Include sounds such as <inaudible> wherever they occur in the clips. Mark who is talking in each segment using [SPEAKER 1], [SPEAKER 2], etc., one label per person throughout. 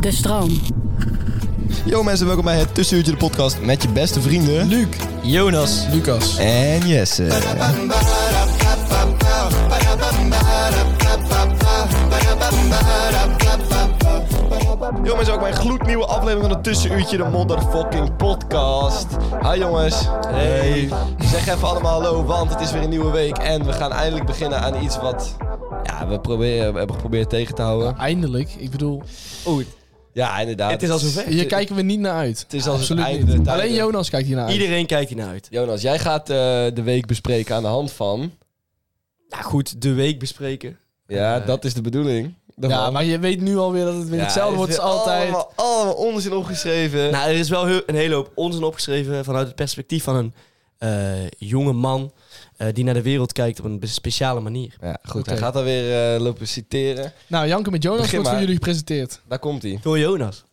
[SPEAKER 1] De stroom.
[SPEAKER 2] Yo mensen, welkom bij het Tussenuurtje de podcast met je beste vrienden... Luc, Jonas
[SPEAKER 3] Lucas.
[SPEAKER 2] en Jesse. Yo mensen, ook bij een gloednieuwe aflevering van het Tussenuurtje de motherfucking podcast. Hi jongens. Hey. Zeg even allemaal hallo, want het is weer een nieuwe week en we gaan eindelijk beginnen aan iets wat... Ja, we, proberen, we hebben geprobeerd tegen te houden.
[SPEAKER 3] Eindelijk. Ik bedoel,
[SPEAKER 2] Ja, inderdaad.
[SPEAKER 4] Het is al zover.
[SPEAKER 3] hier kijken we niet naar uit.
[SPEAKER 2] Het is als het
[SPEAKER 3] Absoluut
[SPEAKER 2] einde
[SPEAKER 3] niet.
[SPEAKER 2] der tijden.
[SPEAKER 3] Alleen Jonas kijkt hier naar uit.
[SPEAKER 4] Iedereen kijkt hiernaar uit.
[SPEAKER 2] Jonas, jij gaat eh, de week bespreken aan de hand van...
[SPEAKER 4] Nou goed, de week bespreken.
[SPEAKER 2] Ja, dat is de bedoeling.
[SPEAKER 3] Ja, maar je weet nu alweer dat het weer hetzelfde wordt als altijd.
[SPEAKER 2] Allemaal, allemaal onzin opgeschreven.
[SPEAKER 4] Nou, er is wel heel- een hele hoop onzin opgeschreven vanuit het perspectief van een eh, jonge man eh, die naar de wereld kijkt op een speciale manier.
[SPEAKER 2] ja, goed.
[SPEAKER 3] Oké.
[SPEAKER 2] Hij gaat dan weer eh, lopen citeren.
[SPEAKER 3] Nou, Janke met Jonas
[SPEAKER 2] Begin
[SPEAKER 3] wordt voor
[SPEAKER 2] maar.
[SPEAKER 3] jullie gepresenteerd. <laughs>
[SPEAKER 2] Daar komt hij.
[SPEAKER 4] Door Jonas.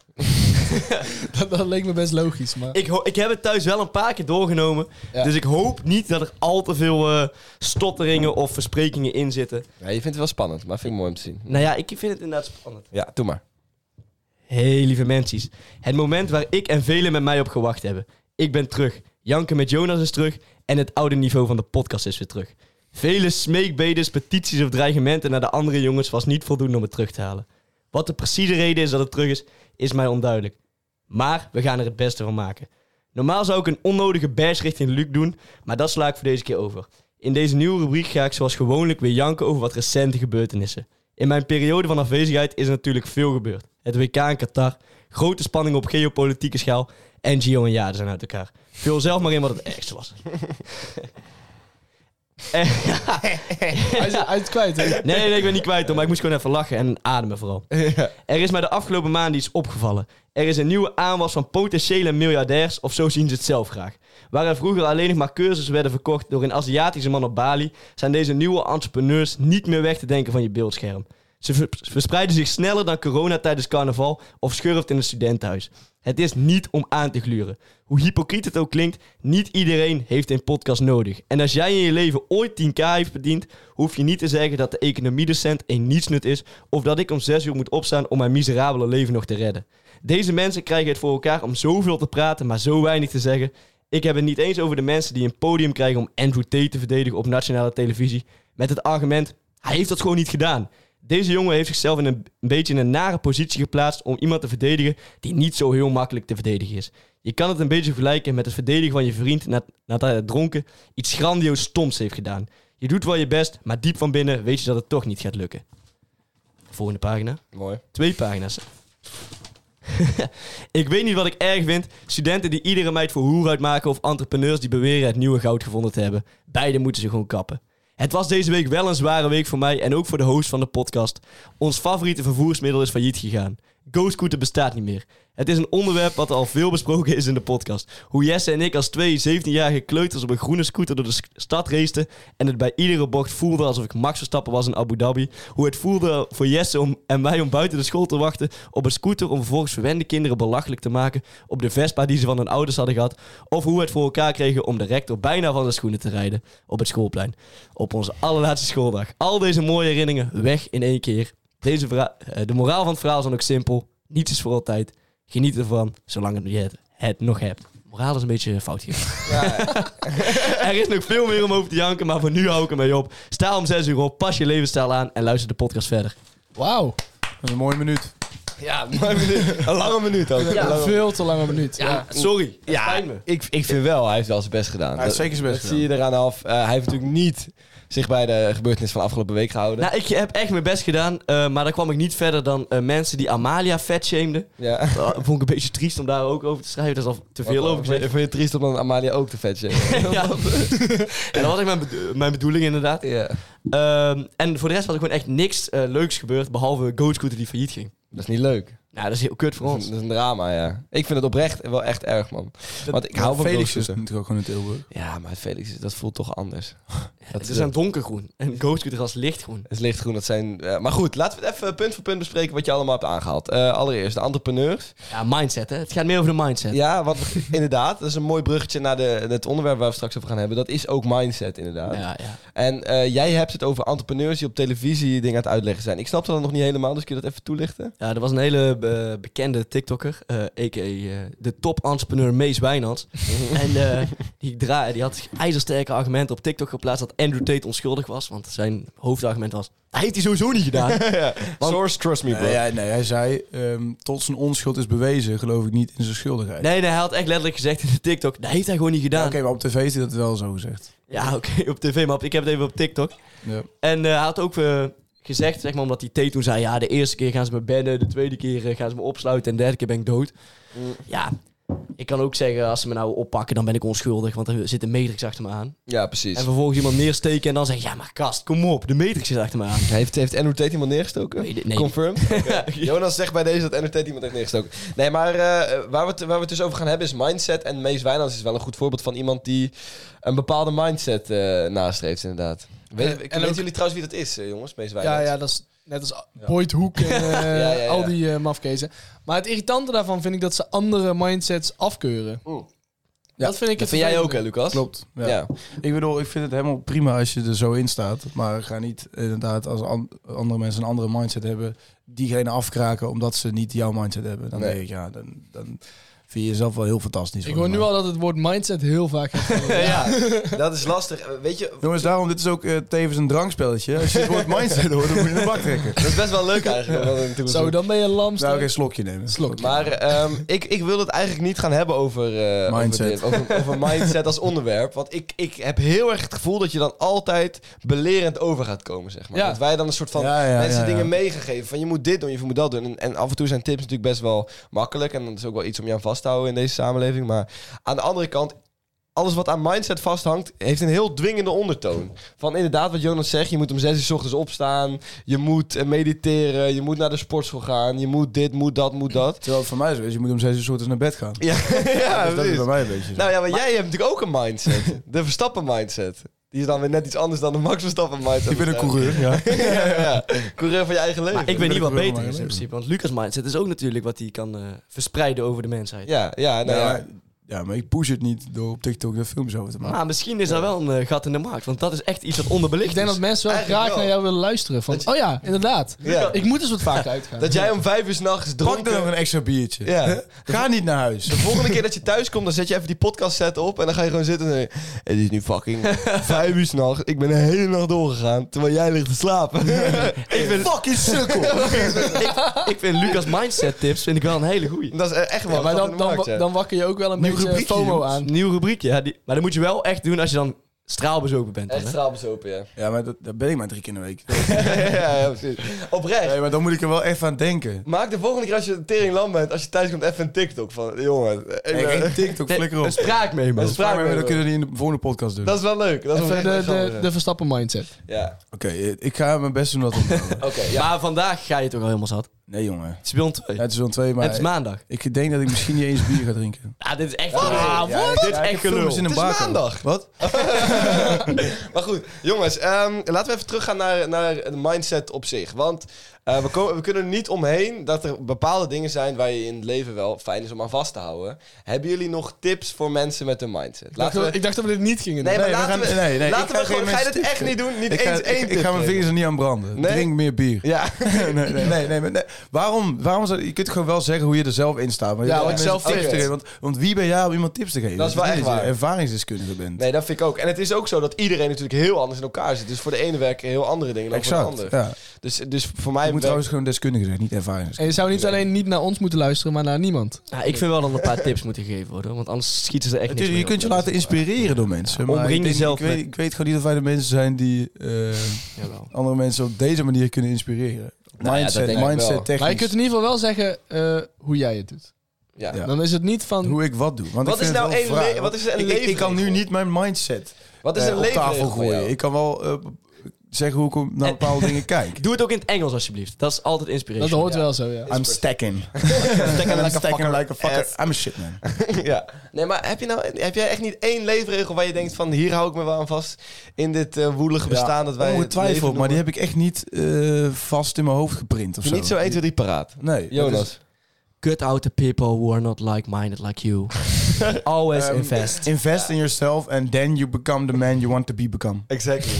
[SPEAKER 3] dat, dat leek me best logisch, maar...
[SPEAKER 2] <laughs>
[SPEAKER 4] Ik, ho- ik heb het thuis wel een paar keer doorgenomen.
[SPEAKER 2] Ja.
[SPEAKER 4] Dus ik hoop niet dat er al te veel eh, stotteringen of versprekingen in zitten.
[SPEAKER 2] Ja, je vindt het wel spannend, maar vind ik mooi om te zien.
[SPEAKER 4] Nou ja, ik vind het inderdaad spannend.
[SPEAKER 2] Ja, doe maar.
[SPEAKER 4] Hey lieve mensen. Het moment waar ik en velen met mij op gewacht hebben. Ik ben terug. Janken met Jonas is terug. En het oude niveau van de podcast is weer terug. Vele smeekbedes, petities of dreigementen naar de andere jongens was niet voldoende om het terug te halen. Wat de precieze reden is dat het terug is, is mij onduidelijk. Maar we gaan er het beste van maken. Normaal zou ik een onnodige bash richting Luc doen, maar dat sla ik voor deze keer over. In deze nieuwe rubriek ga ik zoals gewoonlijk weer janken over wat recente gebeurtenissen. In mijn periode van afwezigheid is er natuurlijk veel gebeurd. Het WK in Qatar, grote spanning op geopolitieke schaal en Gio en Jade zijn uit elkaar. Vul zelf maar in wat het ergste was. <laughs> En-
[SPEAKER 3] Hij is hij is het
[SPEAKER 2] <laughs>
[SPEAKER 3] kwijt, hè?
[SPEAKER 4] nee, nee, nee, ik ben niet kwijt hoor, maar ik moest gewoon even lachen en ademen vooral. Er is mij de afgelopen maanden iets opgevallen. Er is een nieuwe aanwas van potentiële miljardairs, of zo zien ze het zelf graag. Waar er vroeger alleen nog maar cursussen werden verkocht door een Aziatische man op Bali, zijn deze nieuwe entrepreneurs niet meer weg te denken van je beeldscherm. Ze ver- verspreiden zich sneller dan corona tijdens carnaval of schurft in een studentenhuis. Het is niet om aan te gluren. Hoe hypocriet het ook klinkt, niet iedereen heeft een podcast nodig. En als jij in je leven ooit 10k heeft verdiend, hoef je niet te zeggen dat de economiedocent een nietsnut is of dat ik om 6 uur moet opstaan om mijn miserabele leven nog te redden. Deze mensen krijgen het voor elkaar om zoveel te praten, maar zo weinig te zeggen. Ik heb het niet eens over de mensen die een podium krijgen om Andrew Tate te verdedigen op nationale televisie met het argument: hij heeft dat gewoon niet gedaan. Deze jongen heeft zichzelf in een, een beetje in een nare positie geplaatst om iemand te verdedigen die niet zo heel makkelijk te verdedigen is. Je kan het een beetje vergelijken met het verdedigen van je vriend na- nadat hij dronken iets grandioos stoms heeft gedaan. Je doet wel je best, maar diep van binnen weet je dat het toch niet gaat lukken. Volgende pagina.
[SPEAKER 2] Mooi.
[SPEAKER 4] Twee pagina's. <laughs> ik weet niet wat ik erg vind. Studenten die iedere meid voor hoer uitmaken of entrepreneurs die beweren het nieuwe goud gevonden te hebben. Beide moeten ze gewoon kappen. Het was deze week wel een zware week voor mij en ook voor de host van de podcast. Ons favoriete vervoersmiddel is failliet gegaan. GoScooter bestaat niet meer. Het is een onderwerp wat al veel besproken is in de podcast. Hoe Jesse en ik als twee 17-jarige kleuters op een groene scooter door de s- stad raceten en het bij iedere bocht voelde alsof ik Max Verstappen was in Abu Dhabi. Hoe het voelde voor Jesse om, en mij om buiten de school te wachten op een scooter om vervolgens verwende kinderen belachelijk te maken op de Vespa die ze van hun ouders hadden gehad. Of hoe we het voor elkaar kregen om de rector bijna van zijn schoenen te rijden op het schoolplein. Op onze allerlaatste schooldag. Al deze mooie herinneringen weg in één keer. Deze verha- eh, de moraal van het verhaal is dan ook simpel. Niets is voor altijd. Geniet ervan, zolang je het, het nog hebt. Moraal is een beetje fout hier. <laughs> er is nog veel meer om over te janken, maar voor nu hou ik ermee op. Sta om 6 uur op, pas je levensstijl aan en luister de podcast verder.
[SPEAKER 3] Wauw.
[SPEAKER 5] Dat is een mooie minuut.
[SPEAKER 2] Ja, maar een minuut- <laughs> een lange minuut ook.
[SPEAKER 4] Ja.
[SPEAKER 2] Een lange-
[SPEAKER 3] Veel te lange minuut.
[SPEAKER 4] Ja, sorry. Het
[SPEAKER 2] Ja,
[SPEAKER 4] spijt me.
[SPEAKER 2] ik, ik vind wel, hij heeft wel zijn best gedaan.
[SPEAKER 5] Hij heeft zeker zijn best
[SPEAKER 2] dat zie je eraan af. Eh, hij heeft natuurlijk niet zich bij de gebeurtenis van afgelopen week gehouden.
[SPEAKER 4] Nou, ik heb echt mijn best gedaan, eh, maar daar kwam ik niet verder dan eh, mensen die Amalia vetshameden.
[SPEAKER 2] <laughs> ja.
[SPEAKER 4] Dat vond ik een beetje triest om daar ook over te schrijven. Dat is al te veel over
[SPEAKER 2] Vond je-
[SPEAKER 4] gezegd.
[SPEAKER 2] Vond je het triest om dan Amalia ook te vetje?
[SPEAKER 4] <laughs> Ja, en dat was echt mijn, bedo- mijn bedoeling inderdaad.
[SPEAKER 2] ja.
[SPEAKER 4] Ehm, en voor de rest was er gewoon echt niks eh, leuks gebeurd, behalve GoScooter die failliet ging.
[SPEAKER 2] Dat is niet leuk.
[SPEAKER 4] Nou, dat is heel kut voor
[SPEAKER 2] Dat is,
[SPEAKER 4] ons.
[SPEAKER 2] een, dat is een drama, ja. Ik vind het oprecht wel echt erg, man. Want ik hou van
[SPEAKER 5] Felix is
[SPEAKER 2] Ghostscooter.
[SPEAKER 5] natuurlijk ook gewoon in Tilburg.
[SPEAKER 2] Ja, maar Felix, is- dat voelt toch <laughs> anders. Dat
[SPEAKER 4] Het
[SPEAKER 2] is
[SPEAKER 4] is een donkergroen en GoScooter was lichtgroen.
[SPEAKER 2] Het is lichtgroen, dat zijn... eh, maar goed, laten we het even punt voor punt bespreken wat je allemaal hebt aangehaald. Eh, allereerst, de entrepreneurs.
[SPEAKER 4] Ja, mindset hè. Het gaat meer over de mindset.
[SPEAKER 2] Ja, wat, <laughs> inderdaad, dat is een mooi bruggetje naar de, het onderwerp waar we straks over gaan hebben. Dat is ook mindset, inderdaad.
[SPEAKER 4] ja, ja.
[SPEAKER 2] En eh, jij hebt het over entrepreneurs die op televisie dingen aan het uitleggen zijn. Ik snap dat nog niet helemaal, dus kun je dat even <laughs> toelichten?
[SPEAKER 4] Ja, er was een hele eh, bekende TikToker, eh a.k.a. eh, de top-entrepreneur Mees <laughs> Wijnands. en eh, die, dra- die had ijzersterke argumenten op TikTok geplaatst dat Andrew Tate onschuldig was. Want zijn hoofdargument was, hij heeft hij sowieso niet <laughs> gedaan. Want-
[SPEAKER 2] Source, trust me, bro.
[SPEAKER 5] Nee, hij, nee, hij zei, ehm, tot zijn onschuld is bewezen, geloof ik niet in zijn schuldigheid.
[SPEAKER 4] nee, nee, hij had echt letterlijk gezegd in de TikTok, dat heeft hij gewoon niet
[SPEAKER 5] Ja,
[SPEAKER 4] gedaan.
[SPEAKER 5] Oké, maar op tv is hij dat wel zo gezegd.
[SPEAKER 4] Ja, <laughs> oké, op tv, maar op- ik heb het even op TikTok.
[SPEAKER 5] Ja.
[SPEAKER 4] En eh, hij had ook eh, gezegd, zeg maar, omdat die Tate toen zei... ja, de eerste keer gaan ze me bannen, de tweede keer eh, gaan ze me opsluiten... en de derde keer ben ik dood. Ja, ik kan ook zeggen, als ze me nou oppakken, dan ben ik onschuldig... want er zit een matrix achter me aan.
[SPEAKER 2] Ja, precies.
[SPEAKER 4] En vervolgens iemand neersteken en dan zeggen... ja, maar gast, kom op, de matrix zit achter me aan.
[SPEAKER 2] Heeft, heeft Andrew Tate iemand neergestoken?
[SPEAKER 4] Nee, nee.
[SPEAKER 2] Confirm? Oké. Jonas zegt bij deze dat Andrew Tate iemand heeft neergestoken. Nee, maar eh, waar, we het, waar we het dus over gaan hebben is mindset. En Mees Wijnands is wel een goed voorbeeld van iemand die een bepaalde mindset eh, nastreeft, inderdaad. Weet,
[SPEAKER 3] En-
[SPEAKER 2] ik-
[SPEAKER 3] en
[SPEAKER 2] weten
[SPEAKER 3] ook-
[SPEAKER 2] jullie trouwens wie dat is, eh, jongens? Mees
[SPEAKER 3] Ja,
[SPEAKER 2] Wijnands.
[SPEAKER 3] ja, dat is net als Boyd
[SPEAKER 2] <laughs>
[SPEAKER 3] Hoek en eh,
[SPEAKER 2] ja, ja.
[SPEAKER 3] al die eh, mafkezen. Maar het irritante daarvan vind ik dat ze andere mindsets afkeuren.
[SPEAKER 2] Oeh.
[SPEAKER 5] Ja,
[SPEAKER 3] dat vind ik
[SPEAKER 2] Dat
[SPEAKER 3] het
[SPEAKER 2] vind jij ook, hè,
[SPEAKER 3] vervelende.
[SPEAKER 2] Lucas?
[SPEAKER 5] Klopt.
[SPEAKER 2] Ja.
[SPEAKER 5] Ja. Ik bedoel, ik vind het helemaal prima als je er zo in staat. Maar ga niet inderdaad als an- andere mensen een andere mindset hebben, diegene afkraken omdat ze niet jouw mindset hebben. Dan
[SPEAKER 2] Nee.
[SPEAKER 5] denk ik, ja, dan, dan vind je jezelf wel heel fantastisch.
[SPEAKER 3] Ik hoor
[SPEAKER 5] volgens
[SPEAKER 3] nu
[SPEAKER 5] mij.
[SPEAKER 3] al dat het woord mindset heel vaak gaat vallen. <laughs>
[SPEAKER 2] <laughs> dat is lastig. Eh, Weet je,
[SPEAKER 5] Jongens, daarom, dit is ook eh, tevens een drankspelletje. Als je het woord mindset hoort, dan moet je in de bak trekken.
[SPEAKER 2] dat is best wel leuk eigenlijk. om dat in te
[SPEAKER 3] Zo,
[SPEAKER 2] bezoeken.
[SPEAKER 3] dan ben je lamster.
[SPEAKER 5] Nou, oké, slokje nemen.
[SPEAKER 3] Slokje.
[SPEAKER 2] Maar ehm, ik, ik wil het eigenlijk niet gaan hebben over, eh,
[SPEAKER 5] Mindset.
[SPEAKER 2] over, dit, over,
[SPEAKER 5] <laughs>
[SPEAKER 2] over mindset als onderwerp. Want ik, ik heb heel erg het gevoel dat je dan altijd belerend over gaat komen, zeg maar.
[SPEAKER 3] Ja.
[SPEAKER 2] Dat wij dan een soort van
[SPEAKER 5] Ja, ja,
[SPEAKER 2] mensen
[SPEAKER 5] ja, ja.
[SPEAKER 2] dingen meegegeven. Van je moet dit doen, je moet dat doen. En, en af en toe zijn tips natuurlijk best wel makkelijk. En dat is ook wel iets om je aan vast te houden in deze samenleving. Maar aan de andere kant... Alles wat aan mindset vasthangt, heeft een heel dwingende ondertoon. Van inderdaad, wat Jonas zegt, je moet om zes uur 's ochtends opstaan. Je moet eh, mediteren, je moet naar de sportschool gaan. Je moet dit, moet dat, moet dat.
[SPEAKER 5] Terwijl het voor mij zo is, je moet om zes uur 's ochtends naar bed gaan.
[SPEAKER 2] Ja, ja
[SPEAKER 5] dus dat is
[SPEAKER 2] precies.
[SPEAKER 5] bij mij een beetje zo.
[SPEAKER 2] Nou ja, maar, jij hebt natuurlijk ook een mindset. De Verstappen-mindset. Die is dan weer net iets anders dan de Max Verstappen-mindset.
[SPEAKER 5] ik ben een coureur, ja.
[SPEAKER 2] Ja, ja. Coureur van je eigen leven.
[SPEAKER 4] Maar ik weet niet wat
[SPEAKER 5] wil ik
[SPEAKER 4] beter
[SPEAKER 5] wel
[SPEAKER 4] is in
[SPEAKER 5] maar
[SPEAKER 4] principe. Want Lucas' mindset is ook natuurlijk wat hij kan eh, verspreiden over de mensheid.
[SPEAKER 2] Ja, ja, nou ja.
[SPEAKER 5] ja. Ja, maar ik push het niet door op TikTok daar films over te maken.
[SPEAKER 4] Maar misschien is daar wel een eh, gat in de markt, want dat is echt iets dat onderbelicht
[SPEAKER 3] ik denk
[SPEAKER 4] is.
[SPEAKER 3] dat mensen wel
[SPEAKER 2] Eigenlijk
[SPEAKER 3] graag
[SPEAKER 2] wel.
[SPEAKER 3] naar jou willen luisteren. Van, oh ja, inderdaad.
[SPEAKER 2] Ja.
[SPEAKER 3] Ik moet eens wat vaker uitgaan.
[SPEAKER 2] Dat jij om vijf uur s'nachts
[SPEAKER 5] Pak
[SPEAKER 2] Ah, dronken...
[SPEAKER 5] er nog een extra biertje.
[SPEAKER 2] Ja.
[SPEAKER 5] Hè? Ga niet naar
[SPEAKER 2] <laughs>
[SPEAKER 5] huis.
[SPEAKER 2] De volgende keer dat je thuis komt, dan zet je even die podcast set op en dan ga je gewoon zitten en dan- Het is nu fucking vijf uur s'nachts. Ik ben de hele nacht doorgegaan, terwijl jij ligt te slapen.
[SPEAKER 4] Ik vind, fucking sukkel. <laughs> ik, ik vind Lucas mindset tips vind ik wel een hele goeie.
[SPEAKER 2] dat is echt wel
[SPEAKER 3] Ja,
[SPEAKER 2] wat
[SPEAKER 3] maar
[SPEAKER 2] in
[SPEAKER 3] dan,
[SPEAKER 2] de
[SPEAKER 3] dan,
[SPEAKER 2] markt, ja.
[SPEAKER 3] dan wakker je ook wel een
[SPEAKER 4] Nieuw
[SPEAKER 3] beetje
[SPEAKER 4] rubriekje,
[SPEAKER 3] FOMO
[SPEAKER 4] jongens.
[SPEAKER 3] aan.
[SPEAKER 4] Nieuw rubriekje, <laughs> ja. Die, maar dat moet je wel echt doen als je dan straalbezopen bent. Dan,
[SPEAKER 2] Echt
[SPEAKER 4] hè?
[SPEAKER 2] straalbezopen, ja.
[SPEAKER 5] Ja, maar dat, dat ben ik maar drie keer in de week.
[SPEAKER 2] ja, ja, precies. Oprecht.
[SPEAKER 5] Nee, maar dan moet ik er wel even aan denken.
[SPEAKER 2] Maak de volgende keer als je tering lam bent, als je thuis komt, even een TikTok van... Jongen, ik ben-
[SPEAKER 5] Hey, geen TikTok,
[SPEAKER 4] Nee,
[SPEAKER 5] flikker op.
[SPEAKER 4] een spraak mee, man.
[SPEAKER 2] Een spraak-
[SPEAKER 5] Vraag me, dat kunnen we die in de volgende podcast doen.
[SPEAKER 2] <laughs> Dat is wel leuk. Dat is wel
[SPEAKER 3] Even de,
[SPEAKER 2] echt
[SPEAKER 3] de,
[SPEAKER 2] grappig,
[SPEAKER 3] de Verstappen mindset.
[SPEAKER 2] Ja,
[SPEAKER 5] Oké, eh, ik ga mijn best doen dat <laughs> om.
[SPEAKER 2] oké. ja.
[SPEAKER 4] Maar vandaag ga je toch al helemaal zat.
[SPEAKER 5] Nee, jongen.
[SPEAKER 4] Het is bij ons twee.
[SPEAKER 5] Ja, het is wel twee,
[SPEAKER 4] het is
[SPEAKER 5] maar
[SPEAKER 4] maandag.
[SPEAKER 5] ik denk dat ik misschien niet eens bier ga drinken.
[SPEAKER 4] Ah, dit is echt gelul.
[SPEAKER 5] Ja,
[SPEAKER 4] Dit is
[SPEAKER 5] ja, ik
[SPEAKER 4] echt
[SPEAKER 5] heb
[SPEAKER 4] gelul.
[SPEAKER 5] filmpjes in een
[SPEAKER 2] Het is
[SPEAKER 5] barcode.
[SPEAKER 2] maandag.
[SPEAKER 5] Wat?
[SPEAKER 2] Maar goed, jongens, ehm, laten we even teruggaan naar, naar de mindset op zich. Want eh, we, komen, we kunnen er niet omheen dat er bepaalde dingen zijn waar je in het leven wel fijn is om aan vast te houden. Hebben jullie nog tips voor mensen met een mindset?
[SPEAKER 3] Ik
[SPEAKER 2] Laten
[SPEAKER 3] dacht-
[SPEAKER 2] we...
[SPEAKER 3] Ik dacht dat we dit niet gingen doen.
[SPEAKER 2] Nee, maar
[SPEAKER 5] Nee, we
[SPEAKER 2] laten
[SPEAKER 5] gaan-
[SPEAKER 2] we...
[SPEAKER 5] nee, nee, ik
[SPEAKER 2] laten
[SPEAKER 5] ga
[SPEAKER 2] we gewoon...
[SPEAKER 5] geen
[SPEAKER 2] Ga je dat
[SPEAKER 5] mensen
[SPEAKER 2] echt niet doen? Niet
[SPEAKER 5] Ik ga,
[SPEAKER 2] eens één
[SPEAKER 5] ik, ik
[SPEAKER 2] tip
[SPEAKER 5] ga mijn
[SPEAKER 2] geven.
[SPEAKER 5] vingers er niet aan branden.
[SPEAKER 2] Nee.
[SPEAKER 5] Drink meer bier.
[SPEAKER 2] Ja,
[SPEAKER 5] <laughs> Nee, nee, nee, nee, nee, maar nee. Waarom, waarom zou, je kunt gewoon wel zeggen hoe je er zelf in staat. Maar je
[SPEAKER 3] Ja,
[SPEAKER 5] hebt
[SPEAKER 3] wat ik
[SPEAKER 5] mensen
[SPEAKER 3] zelf
[SPEAKER 5] tips te
[SPEAKER 2] vind.
[SPEAKER 5] geven. Want, want wie ben jij om iemand tips te geven?
[SPEAKER 2] Dat is wel
[SPEAKER 5] niet
[SPEAKER 2] echt
[SPEAKER 5] je
[SPEAKER 2] waar.
[SPEAKER 5] ervaringsdeskundige bent.
[SPEAKER 2] nee, dat vind ik ook. En het is ook zo dat iedereen natuurlijk heel anders in elkaar zit. Dus voor de ene werken heel andere dingen dan voor de
[SPEAKER 5] exact.
[SPEAKER 2] ander.
[SPEAKER 5] Ja.
[SPEAKER 2] Dus, dus voor mij...
[SPEAKER 5] Je moet trouwens gewoon deskundige zijn, niet ervaring.
[SPEAKER 3] En je zou niet alleen niet naar ons moeten luisteren, maar naar niemand.
[SPEAKER 4] Ja, Ah, ik vind wel dat er een paar tips moeten gegeven worden, want anders schieten ze er echt niks
[SPEAKER 5] Natuurlijk, je
[SPEAKER 4] mee
[SPEAKER 5] kunt je
[SPEAKER 4] op.
[SPEAKER 5] laten inspireren door mensen. maar
[SPEAKER 4] omring
[SPEAKER 5] ik denk-
[SPEAKER 4] jezelf
[SPEAKER 5] Ik weet,
[SPEAKER 4] met-
[SPEAKER 5] ik weet gewoon niet of wij de mensen zijn die eh,
[SPEAKER 4] Jawel.
[SPEAKER 5] andere mensen op deze manier kunnen inspireren.
[SPEAKER 2] Nou ja, dat
[SPEAKER 5] Mindset,
[SPEAKER 2] denk ik wel.
[SPEAKER 5] mindset technisch.
[SPEAKER 3] Maar je kunt in ieder geval wel zeggen eh, hoe jij het doet.
[SPEAKER 2] Ja.
[SPEAKER 5] Ja.
[SPEAKER 3] Dan is het niet van...
[SPEAKER 5] Hoe ik wat doe. Want
[SPEAKER 2] Wat
[SPEAKER 5] ik vind
[SPEAKER 2] is nou
[SPEAKER 5] het
[SPEAKER 2] één
[SPEAKER 5] wel fraai,
[SPEAKER 2] le-
[SPEAKER 5] want
[SPEAKER 2] wat is een
[SPEAKER 5] ik- ik, ik kan nu
[SPEAKER 2] leefregel?
[SPEAKER 5] niet mijn mindset
[SPEAKER 2] Wat is
[SPEAKER 5] eh,
[SPEAKER 2] een
[SPEAKER 5] op tafel
[SPEAKER 2] leefregel voor jou?
[SPEAKER 5] gooien. Ik kan wel eh, zeggen hoe ik om- naar bepaalde dingen
[SPEAKER 2] <laughs>
[SPEAKER 5] kijk.
[SPEAKER 4] Doe het ook in het Engels alsjeblieft. Dat is altijd inspiratie.
[SPEAKER 3] Dat hoort wel zo, ja.
[SPEAKER 5] I'm stacking.
[SPEAKER 2] Stekken
[SPEAKER 5] I'm
[SPEAKER 2] lekker
[SPEAKER 5] stacking
[SPEAKER 2] fucker.
[SPEAKER 5] like a fucker. I'm a shit man.
[SPEAKER 2] <laughs> ja. Nee, maar heb, je nou, heb jij echt niet één leefregel waar je denkt van... hier hou ik me wel aan vast in dit eh, woelige bestaan dat wij... het leven
[SPEAKER 5] Ongetwijfeld, Oh, maar die
[SPEAKER 2] noemen?
[SPEAKER 5] heb ik echt niet eh, vast in mijn hoofd geprint of zo.
[SPEAKER 2] Niet zo 1, 2, 3 paraat.
[SPEAKER 5] Nee. dat is-
[SPEAKER 2] Jonas.
[SPEAKER 4] Cut out the people who are not like-minded like you. Always
[SPEAKER 5] Ehm,
[SPEAKER 4] invest.
[SPEAKER 5] Invest in yourself and then you become the man you want to be become.
[SPEAKER 2] Exactly.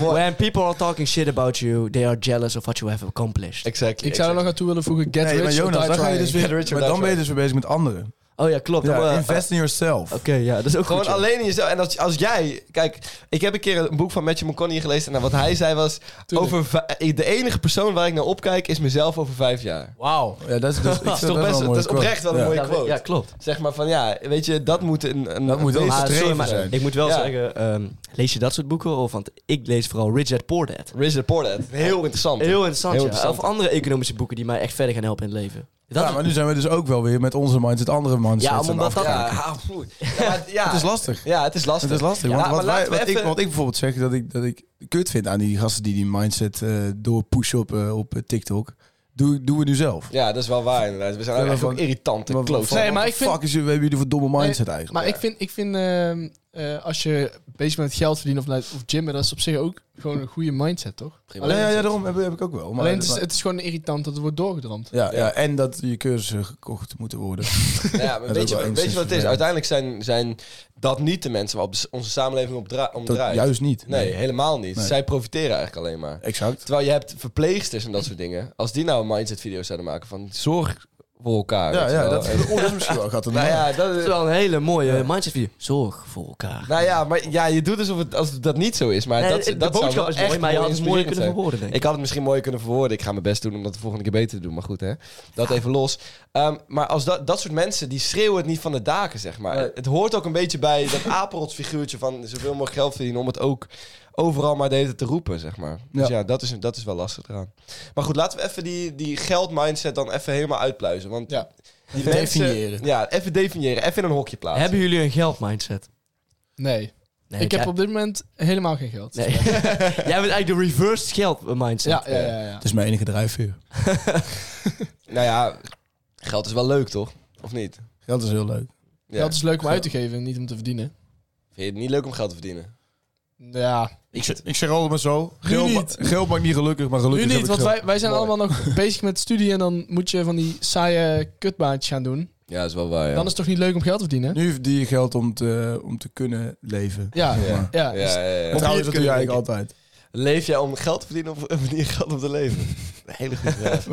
[SPEAKER 2] Mooi.
[SPEAKER 4] When people are talking shit about you, they are jealous of what you have accomplished.
[SPEAKER 2] Exactly.
[SPEAKER 3] Ik zou er nog aan toe willen voegen, get
[SPEAKER 5] Nee, maar
[SPEAKER 3] rich or
[SPEAKER 5] Jonas,
[SPEAKER 3] die
[SPEAKER 5] dan, ga je
[SPEAKER 3] trying.
[SPEAKER 5] dus weer,
[SPEAKER 2] Get rich or
[SPEAKER 5] maar
[SPEAKER 2] die
[SPEAKER 5] dan ben je
[SPEAKER 2] trying.
[SPEAKER 5] dus weer bezig met anderen.
[SPEAKER 4] Oh ja, klopt.
[SPEAKER 5] Ja,
[SPEAKER 4] Dan, eh,
[SPEAKER 5] invest in yourself.
[SPEAKER 4] Oké, ja, dat is ook
[SPEAKER 2] Gewoon
[SPEAKER 4] goed, joh.
[SPEAKER 2] alleen in jezelf. En als, als jij... Kijk, ik heb een keer een boek van Matthew McConaughey gelezen. En nou, wat hij zei was...
[SPEAKER 3] Tuurlijk.
[SPEAKER 2] Over vij- de enige persoon waar ik naar opkijk is mezelf over vijf jaar.
[SPEAKER 4] Wauw.
[SPEAKER 5] Ja, dat is, dus, ik
[SPEAKER 2] <laughs> Dat is
[SPEAKER 5] vind
[SPEAKER 2] toch
[SPEAKER 5] wel
[SPEAKER 2] best...
[SPEAKER 5] een
[SPEAKER 2] Dat
[SPEAKER 5] mooie
[SPEAKER 2] is oprecht
[SPEAKER 5] quote.
[SPEAKER 2] wel een
[SPEAKER 5] Ja.
[SPEAKER 2] mooie
[SPEAKER 4] Ja,
[SPEAKER 2] quote.
[SPEAKER 4] ja, klopt.
[SPEAKER 2] Zeg maar van ja, weet je, dat moet een... een
[SPEAKER 5] Dat moet wel
[SPEAKER 2] een-
[SPEAKER 5] een
[SPEAKER 4] Maar, sorry,
[SPEAKER 5] streven
[SPEAKER 4] maar
[SPEAKER 5] zijn.
[SPEAKER 4] ik moet wel
[SPEAKER 2] Ja.
[SPEAKER 4] zeggen, ehm, lees je dat soort boeken? Of, want ik lees vooral Rich Dad Poor Dad.
[SPEAKER 2] Richard Porter. Heel interessant.
[SPEAKER 4] Heel interessant,
[SPEAKER 2] Heel
[SPEAKER 4] ja.
[SPEAKER 2] interessant.
[SPEAKER 4] Of andere economische boeken die mij echt verder gaan helpen in het leven. Dat
[SPEAKER 5] ja, maar nu zijn we dus ook wel weer met onze mindset andere mindset.
[SPEAKER 4] Ja,
[SPEAKER 5] aan het
[SPEAKER 4] omdat dat-
[SPEAKER 5] afkraken.
[SPEAKER 2] Ja, <laughs> ah, vloei. ja, maar- ja.
[SPEAKER 5] Het is lastig.
[SPEAKER 2] Ja, het is lastig.
[SPEAKER 5] Het is lastig.
[SPEAKER 2] Ja,
[SPEAKER 5] want wat,
[SPEAKER 2] maar laten
[SPEAKER 5] wij-
[SPEAKER 2] we
[SPEAKER 5] wat ik,
[SPEAKER 2] even-
[SPEAKER 5] wat ik bijvoorbeeld zeg, dat ik, dat ik kut vind aan die gasten die die mindset eh doorpushen op, eh, op eh, TikTok, doe, doen we nu zelf.
[SPEAKER 2] Ja, dat is wel waar inderdaad. We zijn
[SPEAKER 5] Ja, maar
[SPEAKER 2] eigenlijk ook
[SPEAKER 5] van-
[SPEAKER 2] irritante
[SPEAKER 5] Wat- wat-
[SPEAKER 2] kloot.
[SPEAKER 5] van,
[SPEAKER 3] Nee, maar
[SPEAKER 5] what
[SPEAKER 3] ik
[SPEAKER 5] the
[SPEAKER 3] vind-
[SPEAKER 5] fuck is, we hebben jullie voor domme mindset eigenlijk.
[SPEAKER 3] Eh, Maar ik vind, ik vind ehm, eh, als je bezig bent met geld verdienen of, naar- of gymmen, dat is op zich ook gewoon een goede mindset, toch?
[SPEAKER 2] Prima.
[SPEAKER 5] ja,
[SPEAKER 3] Alleen,
[SPEAKER 5] ja, ja, daarom heb, heb ik ook wel. Maar,
[SPEAKER 3] alleen het, is,
[SPEAKER 5] maar-
[SPEAKER 3] het is gewoon irritant dat het wordt doorgedramd.
[SPEAKER 5] ja, ja, en dat je cursussen gekocht moeten
[SPEAKER 2] <laughs>
[SPEAKER 5] worden.
[SPEAKER 2] Ja, maar
[SPEAKER 5] Dat
[SPEAKER 2] weet
[SPEAKER 5] is
[SPEAKER 2] je,
[SPEAKER 5] wel
[SPEAKER 2] wat- weet
[SPEAKER 5] enigszins
[SPEAKER 2] je wat het is?
[SPEAKER 5] vervelend.
[SPEAKER 2] Uiteindelijk zijn, zijn dat niet de mensen waar op s- onze samenleving op dra- om
[SPEAKER 5] Dat,
[SPEAKER 2] draait.
[SPEAKER 5] juist niet.
[SPEAKER 2] Nee, helemaal niet.
[SPEAKER 5] Nee.
[SPEAKER 2] Zij profiteren eigenlijk alleen maar.
[SPEAKER 5] Exact.
[SPEAKER 2] Terwijl je hebt verpleegsters en dat soort dingen. Als die nou mindset-video's zouden maken van zorg voor elkaar.
[SPEAKER 5] Ja,
[SPEAKER 2] weet je
[SPEAKER 5] ja
[SPEAKER 2] wel.
[SPEAKER 5] dat,
[SPEAKER 2] En-
[SPEAKER 5] oh, dat is misschien wel gaat
[SPEAKER 2] <laughs>
[SPEAKER 5] het
[SPEAKER 2] nou, ja, dat
[SPEAKER 4] is
[SPEAKER 2] is,
[SPEAKER 4] wel een hele mooie mindset video. Zorg voor elkaar.
[SPEAKER 2] nou ja, maar ja, je doet alsof het, als dat niet zo is. Maar
[SPEAKER 4] Nee,
[SPEAKER 2] dat,
[SPEAKER 4] de
[SPEAKER 2] dat zou
[SPEAKER 4] boodschap
[SPEAKER 2] wel
[SPEAKER 4] is
[SPEAKER 2] echt
[SPEAKER 4] mooi, maar je had het mooier
[SPEAKER 2] inspirerend
[SPEAKER 4] kunnen
[SPEAKER 2] zijn.
[SPEAKER 4] verwoorden, denk ik.
[SPEAKER 2] Ik had het misschien mooier kunnen verwoorden. Ik ga mijn best doen om dat de volgende keer beter te doen. Maar goed, hè. Dat even los. Ehm, maar als dat, dat soort mensen, die schreeuwen het niet van de daken, zeg maar.
[SPEAKER 4] Nee.
[SPEAKER 2] Het hoort ook een beetje bij dat Aperots figuurtje van zoveel mogelijk geld verdienen... om het ook overal maar de hele tijd te roepen, zeg maar. Dus ja,
[SPEAKER 5] Ja.
[SPEAKER 2] dat, is, dat is wel lastig eraan. Maar goed, laten we even die, die geldmindset dan even helemaal uitpluizen. Want
[SPEAKER 3] Ja.
[SPEAKER 2] die
[SPEAKER 5] Even definiëren.
[SPEAKER 2] Ja, even definiëren. Even in een hokje plaatsen.
[SPEAKER 4] Hebben jullie een geldmindset?
[SPEAKER 3] Nee.
[SPEAKER 4] Nee,
[SPEAKER 3] ik heb
[SPEAKER 4] jij-
[SPEAKER 3] op dit moment helemaal geen geld.
[SPEAKER 4] <laughs> Nee. Jij bent eigenlijk de reversed geldmindset.
[SPEAKER 3] Ja, ja, ja, ja, ja.
[SPEAKER 5] Het Dus, is mijn enige drijfveer.
[SPEAKER 2] Nou ja, geld is wel leuk, toch? Of niet?
[SPEAKER 5] Geld is heel leuk.
[SPEAKER 2] Ja.
[SPEAKER 3] Geld is leuk om uit te geven en niet om te verdienen.
[SPEAKER 2] Vind je het niet leuk om geld te verdienen?
[SPEAKER 3] Ja,
[SPEAKER 5] Ik, zeg- ik zeg altijd maar zo.
[SPEAKER 3] Nu
[SPEAKER 5] Geld, ma-
[SPEAKER 3] niet.
[SPEAKER 5] geld maakt niet gelukkig, maar gelukkig
[SPEAKER 3] nu
[SPEAKER 5] heb
[SPEAKER 3] niet,
[SPEAKER 5] ik
[SPEAKER 3] want
[SPEAKER 5] geld.
[SPEAKER 3] wij, wij zijn
[SPEAKER 2] Mooi.
[SPEAKER 3] allemaal
[SPEAKER 5] <laughs>
[SPEAKER 3] nog bezig met studie en dan moet je van die saaie kutbaantjes gaan doen.
[SPEAKER 2] Ja, dat is wel waar, ja.
[SPEAKER 3] Dan is het toch niet leuk om geld te verdienen?
[SPEAKER 5] Nu verdien je geld om te, om te kunnen leven.
[SPEAKER 3] Ja,
[SPEAKER 2] Ja.
[SPEAKER 3] ja. ja.
[SPEAKER 2] Ja, ja, ja.
[SPEAKER 5] Trouwens, dat doe je eigenlijk altijd.
[SPEAKER 2] Leef jij om geld te verdienen of <laughs> verdien je geld om te leven? <laughs> Een hele goede vraag.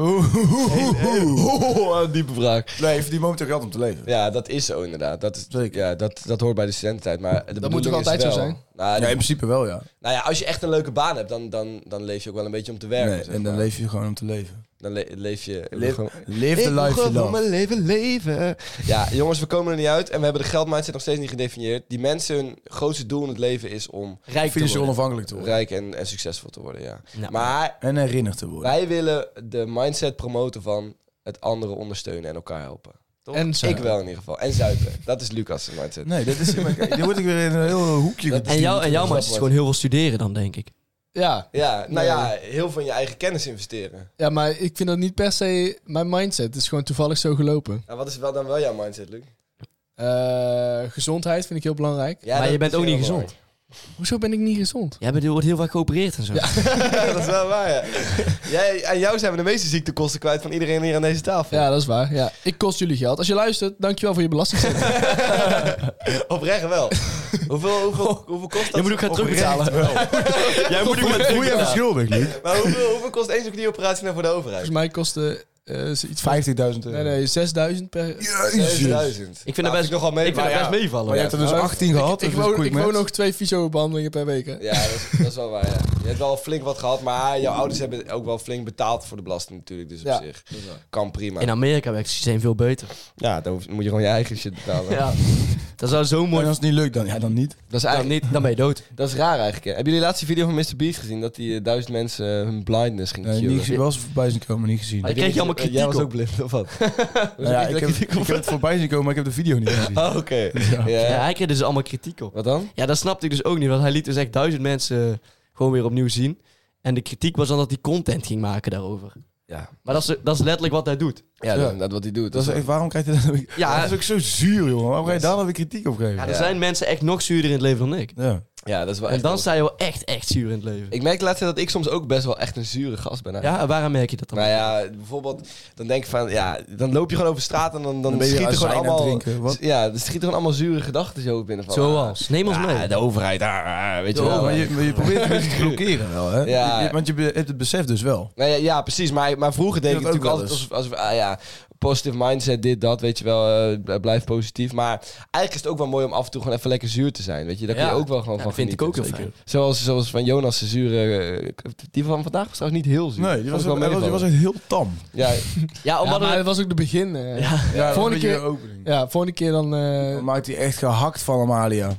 [SPEAKER 2] Oh, <laughs> een diepe vraag.
[SPEAKER 5] Nee, je verdient momenteel geld om te leven.
[SPEAKER 2] Ja, dat is zo inderdaad. Dat, is,
[SPEAKER 5] Zeker.
[SPEAKER 2] Ja, dat, dat hoort bij de studententijd. Maar de
[SPEAKER 3] Dat moet
[SPEAKER 2] bedoeling
[SPEAKER 3] toch
[SPEAKER 2] is
[SPEAKER 3] altijd zo
[SPEAKER 2] wel-
[SPEAKER 3] zijn?
[SPEAKER 2] Nou,
[SPEAKER 5] Ja,
[SPEAKER 2] de-
[SPEAKER 5] in principe wel, ja.
[SPEAKER 2] nou ja, als je echt een leuke baan hebt, dan, dan, dan leef je ook wel een beetje om te werken.
[SPEAKER 5] Nee,
[SPEAKER 2] zeg
[SPEAKER 5] en dan
[SPEAKER 2] maar.
[SPEAKER 5] leef je gewoon om te leven.
[SPEAKER 2] dan le- leef je... gewoon-
[SPEAKER 5] Live the
[SPEAKER 2] Ik wil
[SPEAKER 5] life you
[SPEAKER 2] gewoon
[SPEAKER 5] love.
[SPEAKER 2] mijn leven leven. Ja, jongens, we komen er niet uit. En we hebben de geldmindset nog steeds niet gedefinieerd. Die mensen, hun grootste doel in het leven is om
[SPEAKER 4] Rijk te
[SPEAKER 5] Financieel
[SPEAKER 4] worden.
[SPEAKER 5] onafhankelijk te worden.
[SPEAKER 2] rijk en, en succesvol te worden, ja.
[SPEAKER 4] Nou,
[SPEAKER 2] Maar
[SPEAKER 5] En herinnerd te worden.
[SPEAKER 2] wij willen de mindset promoten van het anderen ondersteunen en elkaar helpen. Toch?
[SPEAKER 3] En
[SPEAKER 2] ik
[SPEAKER 3] zuipen.
[SPEAKER 2] wel in ieder geval. En zuipen. Dat is Lucas' mindset.
[SPEAKER 5] Nee, dat is... Dan word ik weer in een heel hoekje
[SPEAKER 2] Dat-
[SPEAKER 4] En, jou, en jouw
[SPEAKER 2] Dat
[SPEAKER 4] mindset is
[SPEAKER 2] wordt.
[SPEAKER 4] gewoon heel veel studeren dan, denk ik.
[SPEAKER 3] Ja.
[SPEAKER 2] Ja, nou ja,
[SPEAKER 3] Nee.
[SPEAKER 2] heel veel in je eigen kennis investeren.
[SPEAKER 3] Ja, maar ik vind dat niet per se mijn mindset. Het is gewoon toevallig zo gelopen.
[SPEAKER 2] Nou, wat is wel dan wel jouw mindset, Luc?
[SPEAKER 3] Eh, gezondheid vind ik heel belangrijk.
[SPEAKER 2] Ja,
[SPEAKER 4] Maar
[SPEAKER 2] dat
[SPEAKER 4] je bent
[SPEAKER 2] is
[SPEAKER 4] ook
[SPEAKER 2] heel
[SPEAKER 4] niet
[SPEAKER 2] wel
[SPEAKER 4] gezond.
[SPEAKER 3] Hoezo ben ik niet gezond?
[SPEAKER 4] Jij bent, je wordt heel vaak geopereerd en zo.
[SPEAKER 2] waar. dat is wel waar, <laughs> ja. Jij, aan jou zijn we de meeste ziektekosten kwijt van iedereen hier aan deze tafel.
[SPEAKER 3] Ja, dat is waar. Ja. Ik kost jullie geld. Als je luistert, dankjewel voor je <laughs> belasting.
[SPEAKER 2] Oprecht
[SPEAKER 4] <laughs>
[SPEAKER 2] wel. hoeveel, hoeveel, hoeveel kost dat?
[SPEAKER 4] Jij moet ook gaan terugbetalen. Jij moet ook gaan
[SPEAKER 5] Hoe je
[SPEAKER 4] terugbetalen.
[SPEAKER 5] verschuldigd, Luc?
[SPEAKER 2] Maar hoeveel, hoeveel kost één zo'n knieoperatie nou voor de overheid?
[SPEAKER 3] Volgens mij kostte eh, ze iets van-
[SPEAKER 5] 50.000 euro.
[SPEAKER 3] Nee, nee, 6000 per...
[SPEAKER 5] Jezus.
[SPEAKER 2] 6000.
[SPEAKER 4] Ik vind dat
[SPEAKER 2] Nou,
[SPEAKER 4] best,
[SPEAKER 2] nogal
[SPEAKER 4] ik
[SPEAKER 2] mee.
[SPEAKER 4] vind dat
[SPEAKER 2] maar
[SPEAKER 4] best
[SPEAKER 2] ja.
[SPEAKER 4] meevallen.
[SPEAKER 5] Maar je hebt er dus
[SPEAKER 3] Nou,
[SPEAKER 5] 18 gehad.
[SPEAKER 3] Ik
[SPEAKER 5] dat is
[SPEAKER 3] woon,
[SPEAKER 5] goed
[SPEAKER 3] ik
[SPEAKER 5] met.
[SPEAKER 3] woon nog twee fysiobehandelingen per week, hè?
[SPEAKER 2] Ja, dat is, dat is wel waar. Ja. Je hebt wel flink wat gehad, maar jouw ouders hebben ook wel flink betaald voor de belasting natuurlijk. Dus op
[SPEAKER 3] Ja,
[SPEAKER 2] zich kan prima.
[SPEAKER 4] In Amerika werkt het systeem veel beter.
[SPEAKER 2] Ja, dan hoef- moet je gewoon je eigen shit betalen.
[SPEAKER 4] Ja. Dat zou zo
[SPEAKER 5] En
[SPEAKER 4] mooi
[SPEAKER 5] als het niet lukt, dan, ja, dan niet.
[SPEAKER 2] Dat, is
[SPEAKER 4] Dan,
[SPEAKER 2] eigenlijk,
[SPEAKER 4] niet, dan ben je dood.
[SPEAKER 2] dat is raar eigenlijk. Hè. Hebben jullie de laatste video van Mr. Beast gezien? Dat die eh, duizend mensen eh, hun blindness ging
[SPEAKER 5] Nee,
[SPEAKER 2] curen?
[SPEAKER 5] niet gezien, wel eens voorbij zien komen, maar niet gezien.
[SPEAKER 4] Daar kreeg je allemaal
[SPEAKER 2] Eh,
[SPEAKER 4] kritiek
[SPEAKER 2] Jij was
[SPEAKER 4] op.
[SPEAKER 2] ook blind, of
[SPEAKER 4] <laughs>
[SPEAKER 2] wat?
[SPEAKER 5] Nou ja, ik, heb, ik heb het voorbij zien komen, maar ik heb de video niet gezien.
[SPEAKER 2] <laughs> Oh, oké. Ja.
[SPEAKER 4] Ja. hij kreeg dus allemaal kritiek op.
[SPEAKER 2] Wat dan?
[SPEAKER 4] Ja, dat snapte ik dus ook niet. Want hij liet dus echt duizend mensen gewoon weer opnieuw zien. En de kritiek was dan dat hij content ging maken daarover.
[SPEAKER 2] Ja,
[SPEAKER 4] Maar dat is, dat is letterlijk wat hij doet.
[SPEAKER 2] ja,
[SPEAKER 5] Ja.
[SPEAKER 2] dat wat hij doet.
[SPEAKER 5] Dat is echt, waarom krijgt hij dat?
[SPEAKER 4] Ja.
[SPEAKER 5] Ja, dat is ook zo zuur, jongen. Waarom ga je daar dan weer kritiek op
[SPEAKER 4] Ja,
[SPEAKER 5] geven?
[SPEAKER 4] er
[SPEAKER 2] Ja.
[SPEAKER 4] zijn mensen echt nog zuurder in het leven dan ik.
[SPEAKER 5] Ja.
[SPEAKER 2] ja, dat is wel
[SPEAKER 4] En
[SPEAKER 2] echt
[SPEAKER 4] dan
[SPEAKER 2] wel-
[SPEAKER 4] sta je wel echt, echt zuur in het leven.
[SPEAKER 2] Ik merk laatst dat ik soms ook best wel echt een zure gast ben. eigenlijk.
[SPEAKER 4] Ja, en waarom merk je dat dan?
[SPEAKER 2] Nou ja, bijvoorbeeld, dan denk ik van, ja, dan loop je gewoon over straat en dan, dan,
[SPEAKER 5] Dan ben je
[SPEAKER 2] schieten
[SPEAKER 5] azijn
[SPEAKER 2] gewoon
[SPEAKER 5] aan het
[SPEAKER 2] allemaal...
[SPEAKER 5] drinken, wat?
[SPEAKER 2] Ja, dan schieten gewoon allemaal zure gedachten zo binnen. Van,
[SPEAKER 4] Zoals, neem
[SPEAKER 2] ah,
[SPEAKER 4] ons
[SPEAKER 2] ja,
[SPEAKER 4] mee.
[SPEAKER 2] de overheid, ah, ah, weet je
[SPEAKER 4] De
[SPEAKER 2] wel.
[SPEAKER 5] maar je, maar je probeert het een beetje te blokkeren wel, hè?
[SPEAKER 2] Ja.
[SPEAKER 5] Je- want je be- hebt het besef dus wel.
[SPEAKER 2] Nee, ja, ja, precies. Maar, maar vroeger deed ik
[SPEAKER 5] Dat ook
[SPEAKER 2] natuurlijk altijd
[SPEAKER 5] wel
[SPEAKER 2] alsof, alsof ah, ja, positive mindset, dit, dat, weet je wel, eh, b- blijf positief. Maar eigenlijk is het ook wel mooi om af en toe gewoon even lekker zuur te zijn, weet je. Daar kun
[SPEAKER 4] Ja.
[SPEAKER 2] je ook wel gewoon
[SPEAKER 4] Ja,
[SPEAKER 2] van
[SPEAKER 4] dat vind ik
[SPEAKER 2] genieten,
[SPEAKER 4] ook heel
[SPEAKER 2] zeker.
[SPEAKER 4] fijn.
[SPEAKER 2] Zoals, zoals van Jonas' zure... eh, die van vandaag was trouwens niet heel zuur.
[SPEAKER 5] Nee, die was,
[SPEAKER 2] Vond ik
[SPEAKER 5] ook-
[SPEAKER 2] wel
[SPEAKER 5] die was
[SPEAKER 2] meevallen.
[SPEAKER 5] echt heel tam.
[SPEAKER 2] Ja,
[SPEAKER 4] Ja,
[SPEAKER 3] Ja,
[SPEAKER 4] omdat
[SPEAKER 3] maar
[SPEAKER 4] het-
[SPEAKER 3] dat was ook de begin. eh. Ja.
[SPEAKER 5] Ja,
[SPEAKER 3] Volgende
[SPEAKER 5] een beetje
[SPEAKER 3] keer-
[SPEAKER 5] de opening.
[SPEAKER 3] volgende keer dan... eh,
[SPEAKER 5] Dan maakt hij echt gehakt van Amalia.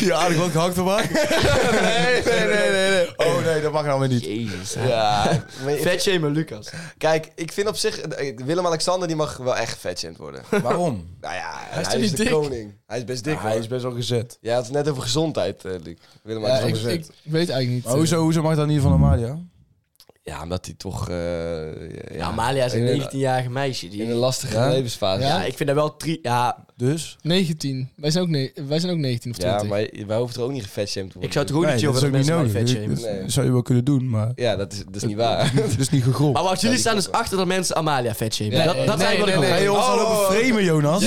[SPEAKER 5] Ja, ik ook gehakt van <laughs> nee, nee, nee, nee, nee. Oh nee, dat mag nou weer
[SPEAKER 4] <laughs>
[SPEAKER 5] niet.
[SPEAKER 4] Jezus.
[SPEAKER 2] ja. <laughs> Maar ik-
[SPEAKER 4] Vet shamen Lucas.
[SPEAKER 2] Kijk, ik vind op zich... eh, Willem-Alexander, die mag wel echt vetchamp worden.
[SPEAKER 5] Waarom?
[SPEAKER 2] nou ja, hij,
[SPEAKER 3] is toch
[SPEAKER 2] is,
[SPEAKER 3] niet
[SPEAKER 2] de
[SPEAKER 3] dik?
[SPEAKER 2] koning. Hij is best dik,
[SPEAKER 5] Ja, hij is
[SPEAKER 2] hoor.
[SPEAKER 5] best wel gezet.
[SPEAKER 2] Ja, het is net over gezondheid, eh, Luc.
[SPEAKER 3] ja,
[SPEAKER 2] Willem-Alexander.
[SPEAKER 3] ik,
[SPEAKER 2] is-
[SPEAKER 3] ik, ik weet eigenlijk niet. eh,
[SPEAKER 5] Maar hoezo, hoezo mag dat niet van Amalia?
[SPEAKER 2] Ja, omdat hij toch... eh,
[SPEAKER 4] Ja, Amalia is
[SPEAKER 2] in
[SPEAKER 4] een 19-jarige meisje.
[SPEAKER 2] In
[SPEAKER 4] Die...
[SPEAKER 2] een lastige
[SPEAKER 5] Ja?
[SPEAKER 2] levensfase.
[SPEAKER 4] Ja, ik vind dat wel tri... Ja,
[SPEAKER 5] Dus?
[SPEAKER 3] 19. Wij zijn ook, ne- wij zijn ook 19 of
[SPEAKER 2] Ja,
[SPEAKER 3] 20.
[SPEAKER 2] maar wij hoeven er ook niet gefetshamed te worden.
[SPEAKER 4] ik zou het gewoon niet
[SPEAKER 5] dat
[SPEAKER 4] chillen
[SPEAKER 5] is ook niet
[SPEAKER 4] mensen mij vet
[SPEAKER 5] nodig. Dat-
[SPEAKER 4] shamen.
[SPEAKER 5] dat
[SPEAKER 2] Nee.
[SPEAKER 5] zou je wel kunnen doen, <laughs> maar
[SPEAKER 2] Ja, dat is, dat is niet
[SPEAKER 5] <laughs>
[SPEAKER 2] waar.
[SPEAKER 5] het is niet gegrond.
[SPEAKER 4] Maar wacht, jullie
[SPEAKER 2] Ja, die
[SPEAKER 4] staan dus achter dat mensen Amalia vet shamen.
[SPEAKER 3] Nee,
[SPEAKER 4] dat dat
[SPEAKER 3] nee,
[SPEAKER 4] zijn wat ik
[SPEAKER 3] nee,
[SPEAKER 4] wil
[SPEAKER 3] nee.
[SPEAKER 4] horen.
[SPEAKER 5] Hey, ons
[SPEAKER 2] Oh,
[SPEAKER 5] al
[SPEAKER 2] oh, oh.
[SPEAKER 5] over framen, Jonas.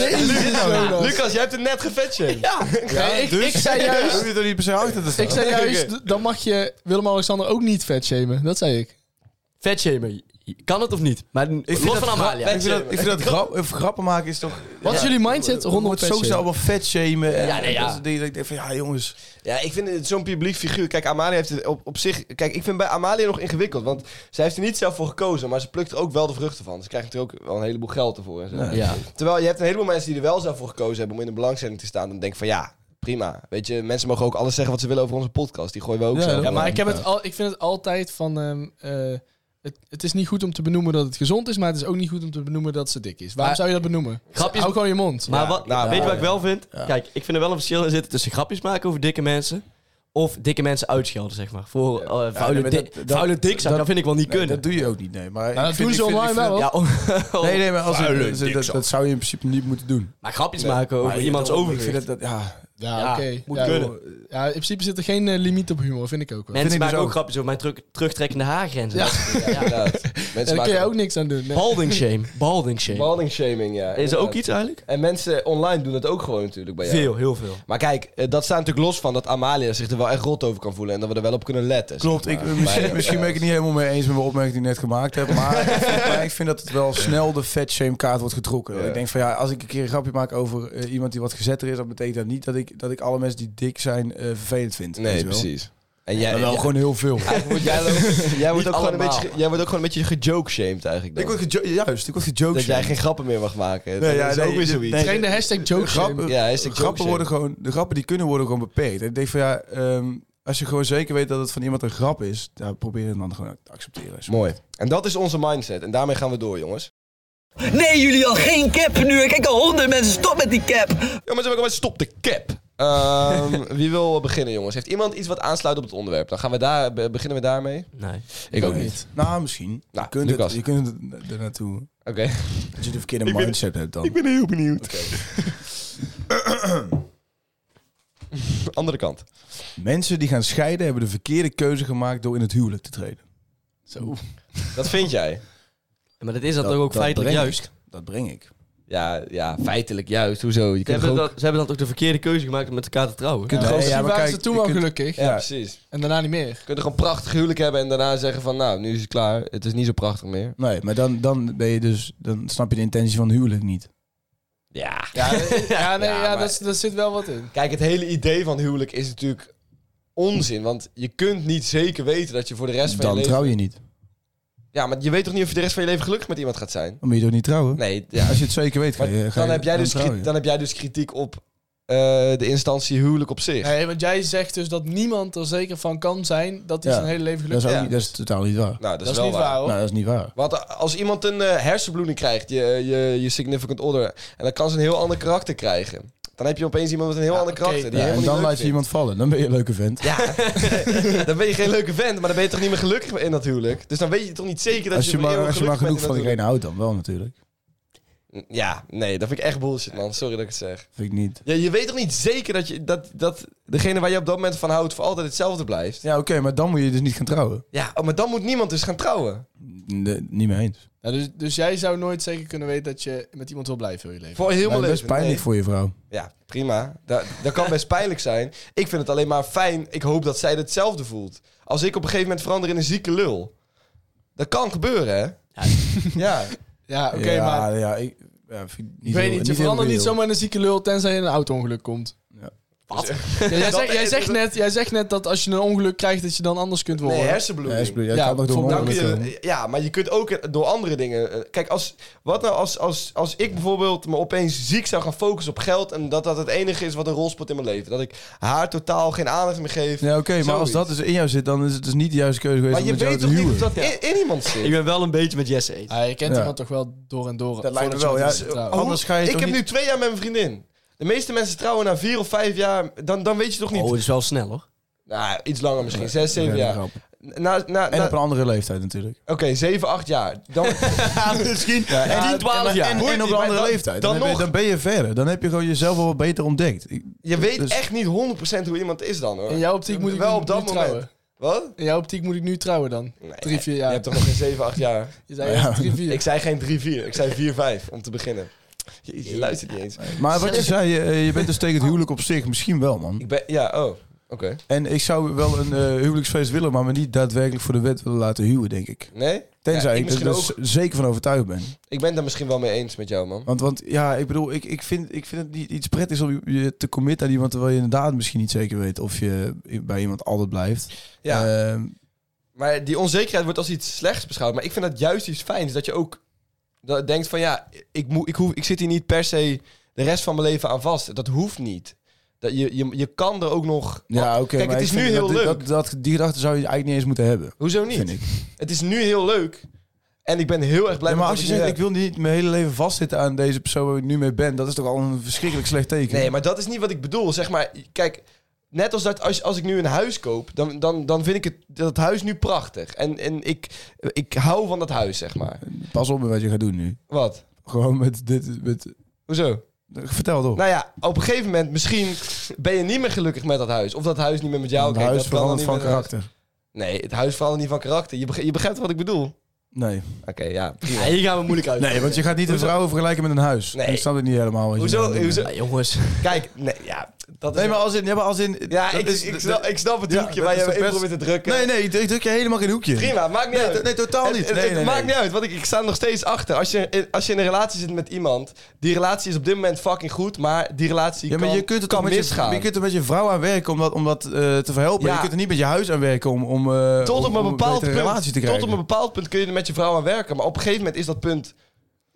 [SPEAKER 2] Lucas, jij hebt het net gefetshamed. Ja. dus-
[SPEAKER 3] Nee, ik, ik
[SPEAKER 5] dus-
[SPEAKER 2] <laughs>
[SPEAKER 3] zei
[SPEAKER 5] Je
[SPEAKER 3] juist...
[SPEAKER 5] hoeft er niet per se achter te staan.
[SPEAKER 3] Ik
[SPEAKER 5] <laughs>
[SPEAKER 3] zei juist, dan mag je Willem-Alexander ook niet vet shamen. Dat zei ik.
[SPEAKER 4] Vet shamen. Kan het of niet? Maar
[SPEAKER 5] vind
[SPEAKER 4] los van
[SPEAKER 5] dat
[SPEAKER 4] Amalia.
[SPEAKER 5] Ik vind dat, ik vind dat grap, eh, grappen maken is toch...
[SPEAKER 3] Wat is jullie mindset
[SPEAKER 5] Rondom
[SPEAKER 3] rondom
[SPEAKER 5] het
[SPEAKER 3] vet
[SPEAKER 5] zo snel
[SPEAKER 3] shamen?
[SPEAKER 5] wel vet shamen. En
[SPEAKER 4] Ja, nee, ja.
[SPEAKER 5] Dat is dingen dat ik denk van, ja jongens.
[SPEAKER 2] Ja, ik vind het zo'n publiek figuur. Kijk, Amalia heeft het op, op zich... Kijk, ik vind bij Amalia nog ingewikkeld. Want zij heeft er niet zelf voor gekozen. Maar ze plukt er ook wel de vruchten van. Ze krijgt natuurlijk ook wel een heleboel geld ervoor. En zo.
[SPEAKER 4] Ja.
[SPEAKER 2] Terwijl je hebt een heleboel mensen die er wel zelf voor gekozen hebben... om in de belangstelling te staan. Dan denk ik van ja, prima. Weet je, mensen mogen ook alles zeggen wat ze willen over onze podcast. Die gooien we ook
[SPEAKER 5] Ja,
[SPEAKER 2] zo.
[SPEAKER 5] dat-
[SPEAKER 3] Ja, maar ik, heb het al, ik vind het altijd van... ehm, eh, het, het is niet goed om te benoemen dat het gezond is, maar het is ook niet goed om te benoemen dat ze dik is. Waarom
[SPEAKER 4] Maar-
[SPEAKER 3] zou je dat benoemen?
[SPEAKER 4] Grapjes-
[SPEAKER 3] Hou gewoon je mond.
[SPEAKER 4] Maar
[SPEAKER 2] Ja,
[SPEAKER 4] wat,
[SPEAKER 2] nou,
[SPEAKER 4] weet je
[SPEAKER 2] ja,
[SPEAKER 4] wat ik
[SPEAKER 2] ja.
[SPEAKER 4] wel vind? Kijk, ik vind er wel een verschil in zitten tussen grapjes maken over dikke mensen. Of dikke mensen uitschelden, zeg maar. Voor eh vuile,
[SPEAKER 5] nee, maar
[SPEAKER 4] dik-
[SPEAKER 5] dat- dat-
[SPEAKER 4] vuile dik zijn,
[SPEAKER 5] dat-
[SPEAKER 4] dat vind ik wel niet
[SPEAKER 5] Nee,
[SPEAKER 4] kunnen.
[SPEAKER 5] dat doe je ook niet, nee. Maar
[SPEAKER 3] Nou, dat
[SPEAKER 5] ik
[SPEAKER 3] doen
[SPEAKER 5] vind-
[SPEAKER 3] ze
[SPEAKER 5] ik vind-
[SPEAKER 3] online
[SPEAKER 5] ik vind-
[SPEAKER 3] wel.
[SPEAKER 4] ja, oh,
[SPEAKER 5] Nee, nee, maar als ik-
[SPEAKER 2] Vuile
[SPEAKER 5] dat- dat-
[SPEAKER 2] dikzak.
[SPEAKER 5] dat zou je in principe niet moeten doen.
[SPEAKER 4] Maar grapjes maken over
[SPEAKER 5] Maar
[SPEAKER 4] iemands
[SPEAKER 5] ik-
[SPEAKER 4] overgewicht.
[SPEAKER 5] Ik vind dat, dat- ja,
[SPEAKER 3] Ja,
[SPEAKER 4] Ja,
[SPEAKER 3] oké.
[SPEAKER 4] moet
[SPEAKER 3] Ja,
[SPEAKER 4] kunnen.
[SPEAKER 3] Ja, in principe zit er geen eh, limiet op humor, vind ik ook wel.
[SPEAKER 4] Mensen
[SPEAKER 5] vind ik
[SPEAKER 4] maken
[SPEAKER 5] dus
[SPEAKER 4] ook
[SPEAKER 5] ook.
[SPEAKER 4] grapjes over mijn terug, terugtrekkende haargrenzen.
[SPEAKER 3] Ja.
[SPEAKER 4] Dat is-
[SPEAKER 2] Ja, inderdaad.
[SPEAKER 3] Ja,
[SPEAKER 2] Mensen
[SPEAKER 3] daar kun je
[SPEAKER 2] maken
[SPEAKER 3] ook niks aan doen. nee.
[SPEAKER 4] Balding shame. Balding shame.
[SPEAKER 2] balding shaming, ja.
[SPEAKER 4] is er ook
[SPEAKER 2] inderdaad.
[SPEAKER 4] iets eigenlijk?
[SPEAKER 2] En mensen online doen dat ook gewoon natuurlijk bij jou.
[SPEAKER 4] Veel, heel veel.
[SPEAKER 2] Maar kijk, eh, dat staat natuurlijk los van dat Amalia zich er wel echt rot over kan voelen. En dat we er wel op kunnen letten. zeg
[SPEAKER 5] klopt. Ik,
[SPEAKER 2] maar.
[SPEAKER 5] misschien
[SPEAKER 2] Maar- eh,
[SPEAKER 5] misschien ben ik het niet helemaal mee eens met mijn opmerking die ik net gemaakt heb. Maar, maar ik vind dat het wel snel de fat shame kaart wordt getrokken.
[SPEAKER 2] Ja.
[SPEAKER 5] Ik denk van ja, als ik een keer een grapje maak over eh, iemand die wat gezetter is, dan betekent dat niet dat ik, dat ik alle mensen die dik zijn eh, vervelend vind. weet
[SPEAKER 2] Nee,
[SPEAKER 5] je wel.
[SPEAKER 2] precies. En jij,
[SPEAKER 5] Maar wel gewoon heel veel.
[SPEAKER 2] <laughs> Eigenlijk word jij,
[SPEAKER 5] <laughs>
[SPEAKER 2] ook- jij, wordt ook gewoon een
[SPEAKER 4] allemaal.
[SPEAKER 2] beetje, ge- jij wordt ook gewoon een beetje gejoke-shamed eigenlijk. Dan.
[SPEAKER 5] Ik word gejo- juist, ik word gejoked.
[SPEAKER 2] dat jij geen grappen meer mag maken. dat
[SPEAKER 5] ja,
[SPEAKER 2] is
[SPEAKER 5] nee,
[SPEAKER 2] ook weer
[SPEAKER 5] dit-
[SPEAKER 2] zoiets.
[SPEAKER 5] nee.
[SPEAKER 3] Train de hashtag joke shame.
[SPEAKER 5] grappen,
[SPEAKER 2] Ja, hij is de joke
[SPEAKER 5] grappen
[SPEAKER 2] shame.
[SPEAKER 5] worden gewoon, de grappen die kunnen worden gewoon beperkt. En ik denk van ja, ehm, als je gewoon zeker weet dat het van iemand een grap is, dan probeer je het dan gewoon te accepteren.
[SPEAKER 2] Mooi. En dat is onze mindset. En daarmee gaan we door, jongens.
[SPEAKER 6] Nee, jullie al geen cap nu. Ik kijk al honderd mensen. Stop met die cap.
[SPEAKER 2] Jongens, hebben we stop de cap. Ehm, <laughs> wie wil beginnen, jongens? Heeft iemand iets wat aansluit op het onderwerp? Dan gaan we daar, be- beginnen we daarmee.
[SPEAKER 4] Nee.
[SPEAKER 2] Ik ook
[SPEAKER 5] Nee.
[SPEAKER 2] niet.
[SPEAKER 5] Nou, misschien.
[SPEAKER 2] Nou,
[SPEAKER 5] je, kunt het,
[SPEAKER 2] Lucas.
[SPEAKER 5] je kunt het er naartoe.
[SPEAKER 2] Oké. <laughs>
[SPEAKER 5] Dat je de verkeerde mindset hebt dan.
[SPEAKER 2] ben heel benieuwd. Andere kant.
[SPEAKER 5] Mensen die gaan scheiden hebben de verkeerde keuze gemaakt door in het huwelijk te treden.
[SPEAKER 2] Dat vind jij.
[SPEAKER 4] Maar dat is dat,
[SPEAKER 5] Dat-
[SPEAKER 4] toch ook
[SPEAKER 5] dat
[SPEAKER 4] feitelijk
[SPEAKER 5] brengt.
[SPEAKER 4] juist?
[SPEAKER 5] Dat breng ik.
[SPEAKER 2] Ja, ja, feitelijk juist. Hoezo? Je
[SPEAKER 4] Ze
[SPEAKER 2] kunt
[SPEAKER 4] hebben,
[SPEAKER 2] toch ook...
[SPEAKER 4] dat, ze hebben dan toch de verkeerde keuze gemaakt om met elkaar te trouwen.
[SPEAKER 5] kunt
[SPEAKER 3] Gewoon,
[SPEAKER 5] gewoon- ja,
[SPEAKER 3] toen
[SPEAKER 5] maar
[SPEAKER 3] waren
[SPEAKER 5] kijk,
[SPEAKER 3] ze toen
[SPEAKER 5] je
[SPEAKER 3] wel
[SPEAKER 5] kunt-
[SPEAKER 3] gelukkig.
[SPEAKER 2] Ja, precies.
[SPEAKER 3] En daarna niet meer.
[SPEAKER 2] Je kunt toch een prachtig huwelijk hebben en daarna zeggen van... Nou, nu is het klaar. Het is niet zo prachtig meer.
[SPEAKER 5] Nee, maar dan, dan ben je dus, dan snap je de intentie van huwelijk niet.
[SPEAKER 2] Ja. <laughs>
[SPEAKER 3] Ja, ja, nee,
[SPEAKER 2] Ja,
[SPEAKER 3] ja,
[SPEAKER 2] maar-
[SPEAKER 3] dat, is- daar zit wel wat in.
[SPEAKER 2] Kijk, het hele idee van huwelijk is natuurlijk onzin. Want je kunt niet zeker weten dat je voor de rest van
[SPEAKER 5] Dan
[SPEAKER 2] je leven...
[SPEAKER 5] trouw je niet.
[SPEAKER 2] Ja, maar je weet toch niet of je de rest van je leven gelukkig met iemand gaat zijn?
[SPEAKER 5] Dan moet je toch niet trouwen?
[SPEAKER 2] Nee, ja.
[SPEAKER 5] Als je het zeker weet, ga
[SPEAKER 2] Maar
[SPEAKER 5] je, ga
[SPEAKER 2] dan,
[SPEAKER 5] je-
[SPEAKER 2] heb jij dus
[SPEAKER 5] trouw
[SPEAKER 2] kri-
[SPEAKER 5] je.
[SPEAKER 2] dan heb jij dus kritiek op eh, de instantie huwelijk op zich.
[SPEAKER 3] Nee, want jij zegt dus dat niemand er zeker van kan zijn dat hij
[SPEAKER 5] Ja.
[SPEAKER 3] zijn hele leven
[SPEAKER 5] dat,
[SPEAKER 3] gelukkig
[SPEAKER 5] is
[SPEAKER 2] Ja.
[SPEAKER 5] ook niet, dat is totaal niet waar.
[SPEAKER 2] Nou, dat,
[SPEAKER 3] Dat
[SPEAKER 2] is
[SPEAKER 3] is
[SPEAKER 2] wel
[SPEAKER 3] niet
[SPEAKER 2] waar.
[SPEAKER 3] waar, hoor.
[SPEAKER 5] Nou, dat is niet waar.
[SPEAKER 2] Want eh, als iemand een eh, hersenbloeding krijgt, je, eh, je, je significant other, en dan kan ze een heel ander karakter krijgen. Dan heb je opeens iemand met een heel
[SPEAKER 3] Ja,
[SPEAKER 2] ander
[SPEAKER 3] oké.
[SPEAKER 2] karakter. Die
[SPEAKER 5] Ja, en
[SPEAKER 2] helemaal
[SPEAKER 5] dan
[SPEAKER 2] niet
[SPEAKER 5] laat je iemand vallen. Dan ben je een leuke vent.
[SPEAKER 2] iemand... Ja, <laughs> dan ben je geen leuke vent, maar dan ben je toch niet meer gelukkig in dat huwelijk. Dus dan weet je toch niet zeker dat
[SPEAKER 5] Als je,
[SPEAKER 2] voor
[SPEAKER 5] maar,
[SPEAKER 2] eeuwig
[SPEAKER 5] als je maar genoeg
[SPEAKER 2] gelukkig
[SPEAKER 5] van
[SPEAKER 2] bent in
[SPEAKER 5] diegene houdt, dan wel
[SPEAKER 2] dat
[SPEAKER 5] natuurlijk.
[SPEAKER 2] huwelijk. Ja, nee, dat vind ik echt bullshit, man. Sorry dat ik het zeg.
[SPEAKER 5] Vind ik niet.
[SPEAKER 2] Ja, je weet toch niet zeker dat, je, dat, dat degene waar je op dat moment van houdt voor altijd hetzelfde blijft?
[SPEAKER 5] Ja, oké, maar dan moet je dus niet gaan trouwen.
[SPEAKER 2] Ja, oh, maar dan moet niemand dus gaan trouwen.
[SPEAKER 5] Nee, niet mee eens.
[SPEAKER 3] Nou, dus, dus jij zou nooit zeker kunnen weten dat je met iemand wil blijven heel je leven.
[SPEAKER 2] Voor heel
[SPEAKER 5] Dat
[SPEAKER 2] mijn
[SPEAKER 5] is
[SPEAKER 2] leven.
[SPEAKER 5] Nou, best pijnlijk
[SPEAKER 2] Nee.
[SPEAKER 5] voor je vrouw.
[SPEAKER 2] Ja, prima. Dat, dat kan best pijnlijk zijn. Ik vind het alleen maar fijn. Ik hoop dat zij hetzelfde voelt. Als ik op een gegeven moment verander in een zieke lul. Dat kan gebeuren, hè?
[SPEAKER 5] Ja,
[SPEAKER 3] Ja, oké,
[SPEAKER 5] ja,
[SPEAKER 3] maar
[SPEAKER 5] Ja, ik ja, vind ik
[SPEAKER 3] ik
[SPEAKER 5] niet
[SPEAKER 3] weet
[SPEAKER 5] heel-
[SPEAKER 3] niet, je
[SPEAKER 5] heel
[SPEAKER 3] verandert niet
[SPEAKER 5] reëel.
[SPEAKER 3] zomaar in een zieke lul tenzij je in een auto-ongeluk komt.
[SPEAKER 5] Ja.
[SPEAKER 4] Wat?
[SPEAKER 3] Ja, jij,
[SPEAKER 2] Dat-
[SPEAKER 3] zegt, jij, zegt net, jij zegt net dat als je een ongeluk krijgt dat je dan anders kunt worden.
[SPEAKER 2] Nee,
[SPEAKER 5] Ja,
[SPEAKER 2] hersenbloeding.
[SPEAKER 5] is bloed. Ja,
[SPEAKER 3] Ja,
[SPEAKER 5] kan nog door een
[SPEAKER 3] bijvoorbeeld-
[SPEAKER 2] Dan kun
[SPEAKER 5] ongeluk komen.
[SPEAKER 2] je, ja, maar je kunt ook door andere dingen. eh, Kijk, als, wat nou als, als, als ik bijvoorbeeld me opeens ziek zou gaan focussen op geld. en dat dat het enige is wat een rol speelt in mijn leven. Dat ik haar totaal geen aandacht meer geef.
[SPEAKER 5] Ja, oké, maar als dat
[SPEAKER 2] Zoiets.
[SPEAKER 5] dus in jou zit, dan is het dus niet de juiste keuze geweest
[SPEAKER 2] maar
[SPEAKER 5] om
[SPEAKER 2] je
[SPEAKER 5] met jou
[SPEAKER 2] weet
[SPEAKER 5] te
[SPEAKER 2] toch niet
[SPEAKER 5] huwen.
[SPEAKER 2] of dat in, in iemand
[SPEAKER 4] Ik
[SPEAKER 2] zit?
[SPEAKER 4] ben wel een beetje met Jesse eens.
[SPEAKER 3] Ah, je kent
[SPEAKER 5] Ja.
[SPEAKER 3] iemand toch wel door en door.
[SPEAKER 5] lijkt me
[SPEAKER 3] voordat je
[SPEAKER 5] wel,
[SPEAKER 3] met
[SPEAKER 5] ja.
[SPEAKER 3] mensen trouwt.
[SPEAKER 5] Oh, Anders ga je
[SPEAKER 2] ik
[SPEAKER 5] toch
[SPEAKER 2] heb
[SPEAKER 5] niet-
[SPEAKER 2] nu twee jaar met mijn vriendin. De meeste mensen trouwen na vier of vijf jaar. Dan, dan weet je toch niet.
[SPEAKER 4] Oh, het is wel snel hoor.
[SPEAKER 2] Nou, iets langer misschien. Zes,
[SPEAKER 5] Ja,
[SPEAKER 2] zeven jaar.
[SPEAKER 5] grap.
[SPEAKER 2] Na, na,
[SPEAKER 5] En
[SPEAKER 2] na-
[SPEAKER 5] op een andere leeftijd natuurlijk.
[SPEAKER 2] Oké, zeven, acht jaar.
[SPEAKER 5] <laughs>
[SPEAKER 2] Dan,
[SPEAKER 4] Misschien
[SPEAKER 2] Ah,
[SPEAKER 4] 10, 12
[SPEAKER 5] En,
[SPEAKER 4] jaar.
[SPEAKER 5] en op een andere
[SPEAKER 2] dan-
[SPEAKER 5] leeftijd.
[SPEAKER 2] dan
[SPEAKER 5] Dan, ben je,
[SPEAKER 2] nog.
[SPEAKER 5] dan ben je verder. Dan heb je gewoon jezelf al wat beter ontdekt. Ik-
[SPEAKER 2] je weet
[SPEAKER 5] dus-
[SPEAKER 2] echt niet 100% hoe iemand is dan hoor.
[SPEAKER 3] In jouw optiek moet ik
[SPEAKER 2] Wel
[SPEAKER 3] nu-
[SPEAKER 2] op dat
[SPEAKER 3] nu
[SPEAKER 2] moment.
[SPEAKER 3] trouwen.
[SPEAKER 2] Wat?
[SPEAKER 3] In jouw optiek moet ik nu trouwen dan.
[SPEAKER 2] Nee,
[SPEAKER 3] drie, vier
[SPEAKER 2] Je
[SPEAKER 3] jaar.
[SPEAKER 2] hebt toch nog geen zeven, acht jaar?
[SPEAKER 3] Je zei
[SPEAKER 5] Ja.
[SPEAKER 3] echt drie, vier.
[SPEAKER 2] Ik zei geen drie, vier. Ik zei vier, vijf om te beginnen. Jeetje, je luistert niet eens.
[SPEAKER 5] Maar wat je zei, eh, je bent dus tegen het huwelijk op zich misschien wel, man.
[SPEAKER 2] Ik ben, ja, oh. Oké.
[SPEAKER 5] En ik zou wel een eh, huwelijksfeest willen, maar me niet daadwerkelijk voor de wet willen laten huwen, denk ik.
[SPEAKER 2] Nee? Ja,
[SPEAKER 5] Tenzij
[SPEAKER 2] ik
[SPEAKER 5] ik, er
[SPEAKER 2] misschien
[SPEAKER 5] dus zeker van overtuigd ben.
[SPEAKER 2] Ik ben daar misschien wel mee eens met jou, man.
[SPEAKER 5] Want, want ja, ik bedoel, ik, ik, vind, ik vind het niet iets prettigs om je- je te committen aan iemand... terwijl je inderdaad misschien niet zeker weet of je bij iemand altijd blijft.
[SPEAKER 2] Ja.
[SPEAKER 5] Ehm,
[SPEAKER 2] maar die onzekerheid wordt als iets slechts beschouwd. Maar ik vind dat juist iets fijns. Dat je ook dat denkt van ja, ik, moet, ik, hoef, ik zit hier niet per se de rest van mijn leven aan vast. Dat hoeft niet. Dat je, je, je kan er ook nog...
[SPEAKER 5] ja, oké.
[SPEAKER 2] Kijk,
[SPEAKER 5] maar
[SPEAKER 2] het
[SPEAKER 5] ik
[SPEAKER 2] is nu
[SPEAKER 5] vind
[SPEAKER 2] heel
[SPEAKER 5] dat,
[SPEAKER 2] leuk.
[SPEAKER 5] Dat, dat, die gedachte zou je eigenlijk niet eens moeten hebben,
[SPEAKER 2] Hoezo niet?
[SPEAKER 5] vind ik.
[SPEAKER 2] Het is nu heel leuk. En ik ben heel erg blij
[SPEAKER 5] Ja, maar
[SPEAKER 2] met
[SPEAKER 5] als je
[SPEAKER 2] wat
[SPEAKER 5] zegt,
[SPEAKER 2] nu
[SPEAKER 5] ik wil niet mijn hele leven vastzitten aan deze persoon waar ik nu mee ben... dat is toch al een verschrikkelijk slecht teken?
[SPEAKER 2] heb. Nee, maar dat is niet wat ik bedoel. Zeg maar, kijk, net als dat als, als ik nu een huis koop, dan, dan, dan vind ik het, dat huis nu prachtig. En, en ik, ik hou van dat huis, zeg maar.
[SPEAKER 5] Pas op met wat je gaat doen nu.
[SPEAKER 2] Wat?
[SPEAKER 5] Gewoon met dit... Met,
[SPEAKER 2] Hoezo?
[SPEAKER 5] vertel toch.
[SPEAKER 2] Nou ja, op een gegeven moment misschien ben je niet meer gelukkig met dat huis. Of dat huis niet meer met jou.
[SPEAKER 5] het
[SPEAKER 2] Kijk,
[SPEAKER 5] huis
[SPEAKER 2] dat kan dan
[SPEAKER 5] verandert van
[SPEAKER 2] niet eh, met het
[SPEAKER 5] karakter.
[SPEAKER 2] huis. Nee, het huis verandert niet van karakter. Je, bege- je begrijpt wat ik bedoel.
[SPEAKER 5] Nee.
[SPEAKER 2] Oké, ja,
[SPEAKER 5] <laughs>
[SPEAKER 2] prima.
[SPEAKER 4] Ja, hier gaan we moeilijk uit.
[SPEAKER 5] Nee, want je gaat niet een
[SPEAKER 2] Hoezo?
[SPEAKER 5] vrouw vergelijken met een huis.
[SPEAKER 2] Nee.
[SPEAKER 5] Ik snap het niet helemaal. Wat je nou aan
[SPEAKER 2] Hoezo?
[SPEAKER 5] het doen
[SPEAKER 2] hoezo?
[SPEAKER 4] Ja, jongens.
[SPEAKER 2] Kijk, nee, ja, dat is...
[SPEAKER 5] Nee, maar als in... Ja, maar als in
[SPEAKER 2] ja,
[SPEAKER 5] dat
[SPEAKER 2] ik,
[SPEAKER 5] is-
[SPEAKER 2] ik, snap, ik snap het
[SPEAKER 5] Ja,
[SPEAKER 2] hoekje
[SPEAKER 5] dat
[SPEAKER 2] waar
[SPEAKER 5] is
[SPEAKER 2] je
[SPEAKER 5] toch
[SPEAKER 2] in
[SPEAKER 5] best-
[SPEAKER 2] probeert te drukken.
[SPEAKER 5] Nee, nee, ik druk je helemaal geen hoekje. in.
[SPEAKER 2] Prima, maakt niet
[SPEAKER 5] Nee,
[SPEAKER 2] uit.
[SPEAKER 5] t- nee, totaal
[SPEAKER 2] Het-
[SPEAKER 5] niet.
[SPEAKER 2] het-
[SPEAKER 5] Nee,
[SPEAKER 2] het
[SPEAKER 5] nee,
[SPEAKER 2] maakt
[SPEAKER 5] nee.
[SPEAKER 2] niet uit, want ik, ik sta er nog steeds achter. Als je, als je in een relatie zit met iemand, die relatie is op dit moment fucking goed, maar die relatie
[SPEAKER 5] Ja, maar
[SPEAKER 2] kan,
[SPEAKER 5] je kunt het
[SPEAKER 2] kan
[SPEAKER 5] toch met
[SPEAKER 2] misgaan.
[SPEAKER 5] Je, je kunt er met je vrouw aan werken om dat, om dat eh, te verhelpen.
[SPEAKER 2] Ja.
[SPEAKER 5] Je kunt er niet met je huis aan werken om, om, eh,
[SPEAKER 2] tot
[SPEAKER 5] om-
[SPEAKER 2] op een
[SPEAKER 5] om
[SPEAKER 2] bepaald
[SPEAKER 5] betere
[SPEAKER 2] punt,
[SPEAKER 5] relatie te
[SPEAKER 2] tot
[SPEAKER 5] krijgen.
[SPEAKER 2] op een bepaald punt kun je er met je vrouw aan werken, maar op een gegeven moment is dat punt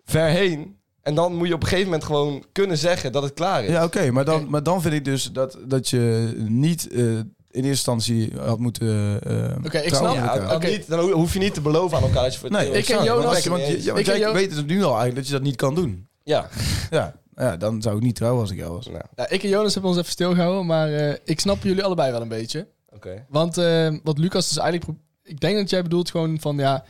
[SPEAKER 2] ver heen. En dan moet je op een gegeven moment gewoon kunnen zeggen dat het klaar is.
[SPEAKER 5] Ja, oké, maar, dan, maar dan vind ik dus dat, dat je niet eh, in eerste instantie had moeten. eh
[SPEAKER 3] Oké, ik
[SPEAKER 5] trouwen
[SPEAKER 3] snap-
[SPEAKER 5] met
[SPEAKER 2] Ja,
[SPEAKER 5] elkaar.
[SPEAKER 2] dan, niet, dan ho- hoef je niet te beloven aan elkaar dat je voor het
[SPEAKER 5] Nee,
[SPEAKER 2] eeuwig
[SPEAKER 3] Ik ken
[SPEAKER 5] snap het.
[SPEAKER 3] Jonas-
[SPEAKER 5] Want- Want, je- ja, want
[SPEAKER 3] Ik ken
[SPEAKER 5] jij
[SPEAKER 3] Jo-
[SPEAKER 5] weet het nu al eigenlijk dat je dat niet kan doen.
[SPEAKER 2] Ja.
[SPEAKER 5] <laughs> Ja, ja dan zou ik niet trouwen als ik jou was.
[SPEAKER 2] Nou, Oké.
[SPEAKER 3] Nou, ik en Jonas hebben ons even stilgehouden, maar eh, ik snap jullie allebei wel een beetje. Want eh, wat Lucas dus eigenlijk... pro- Ik denk dat jij bedoelt gewoon van, ja...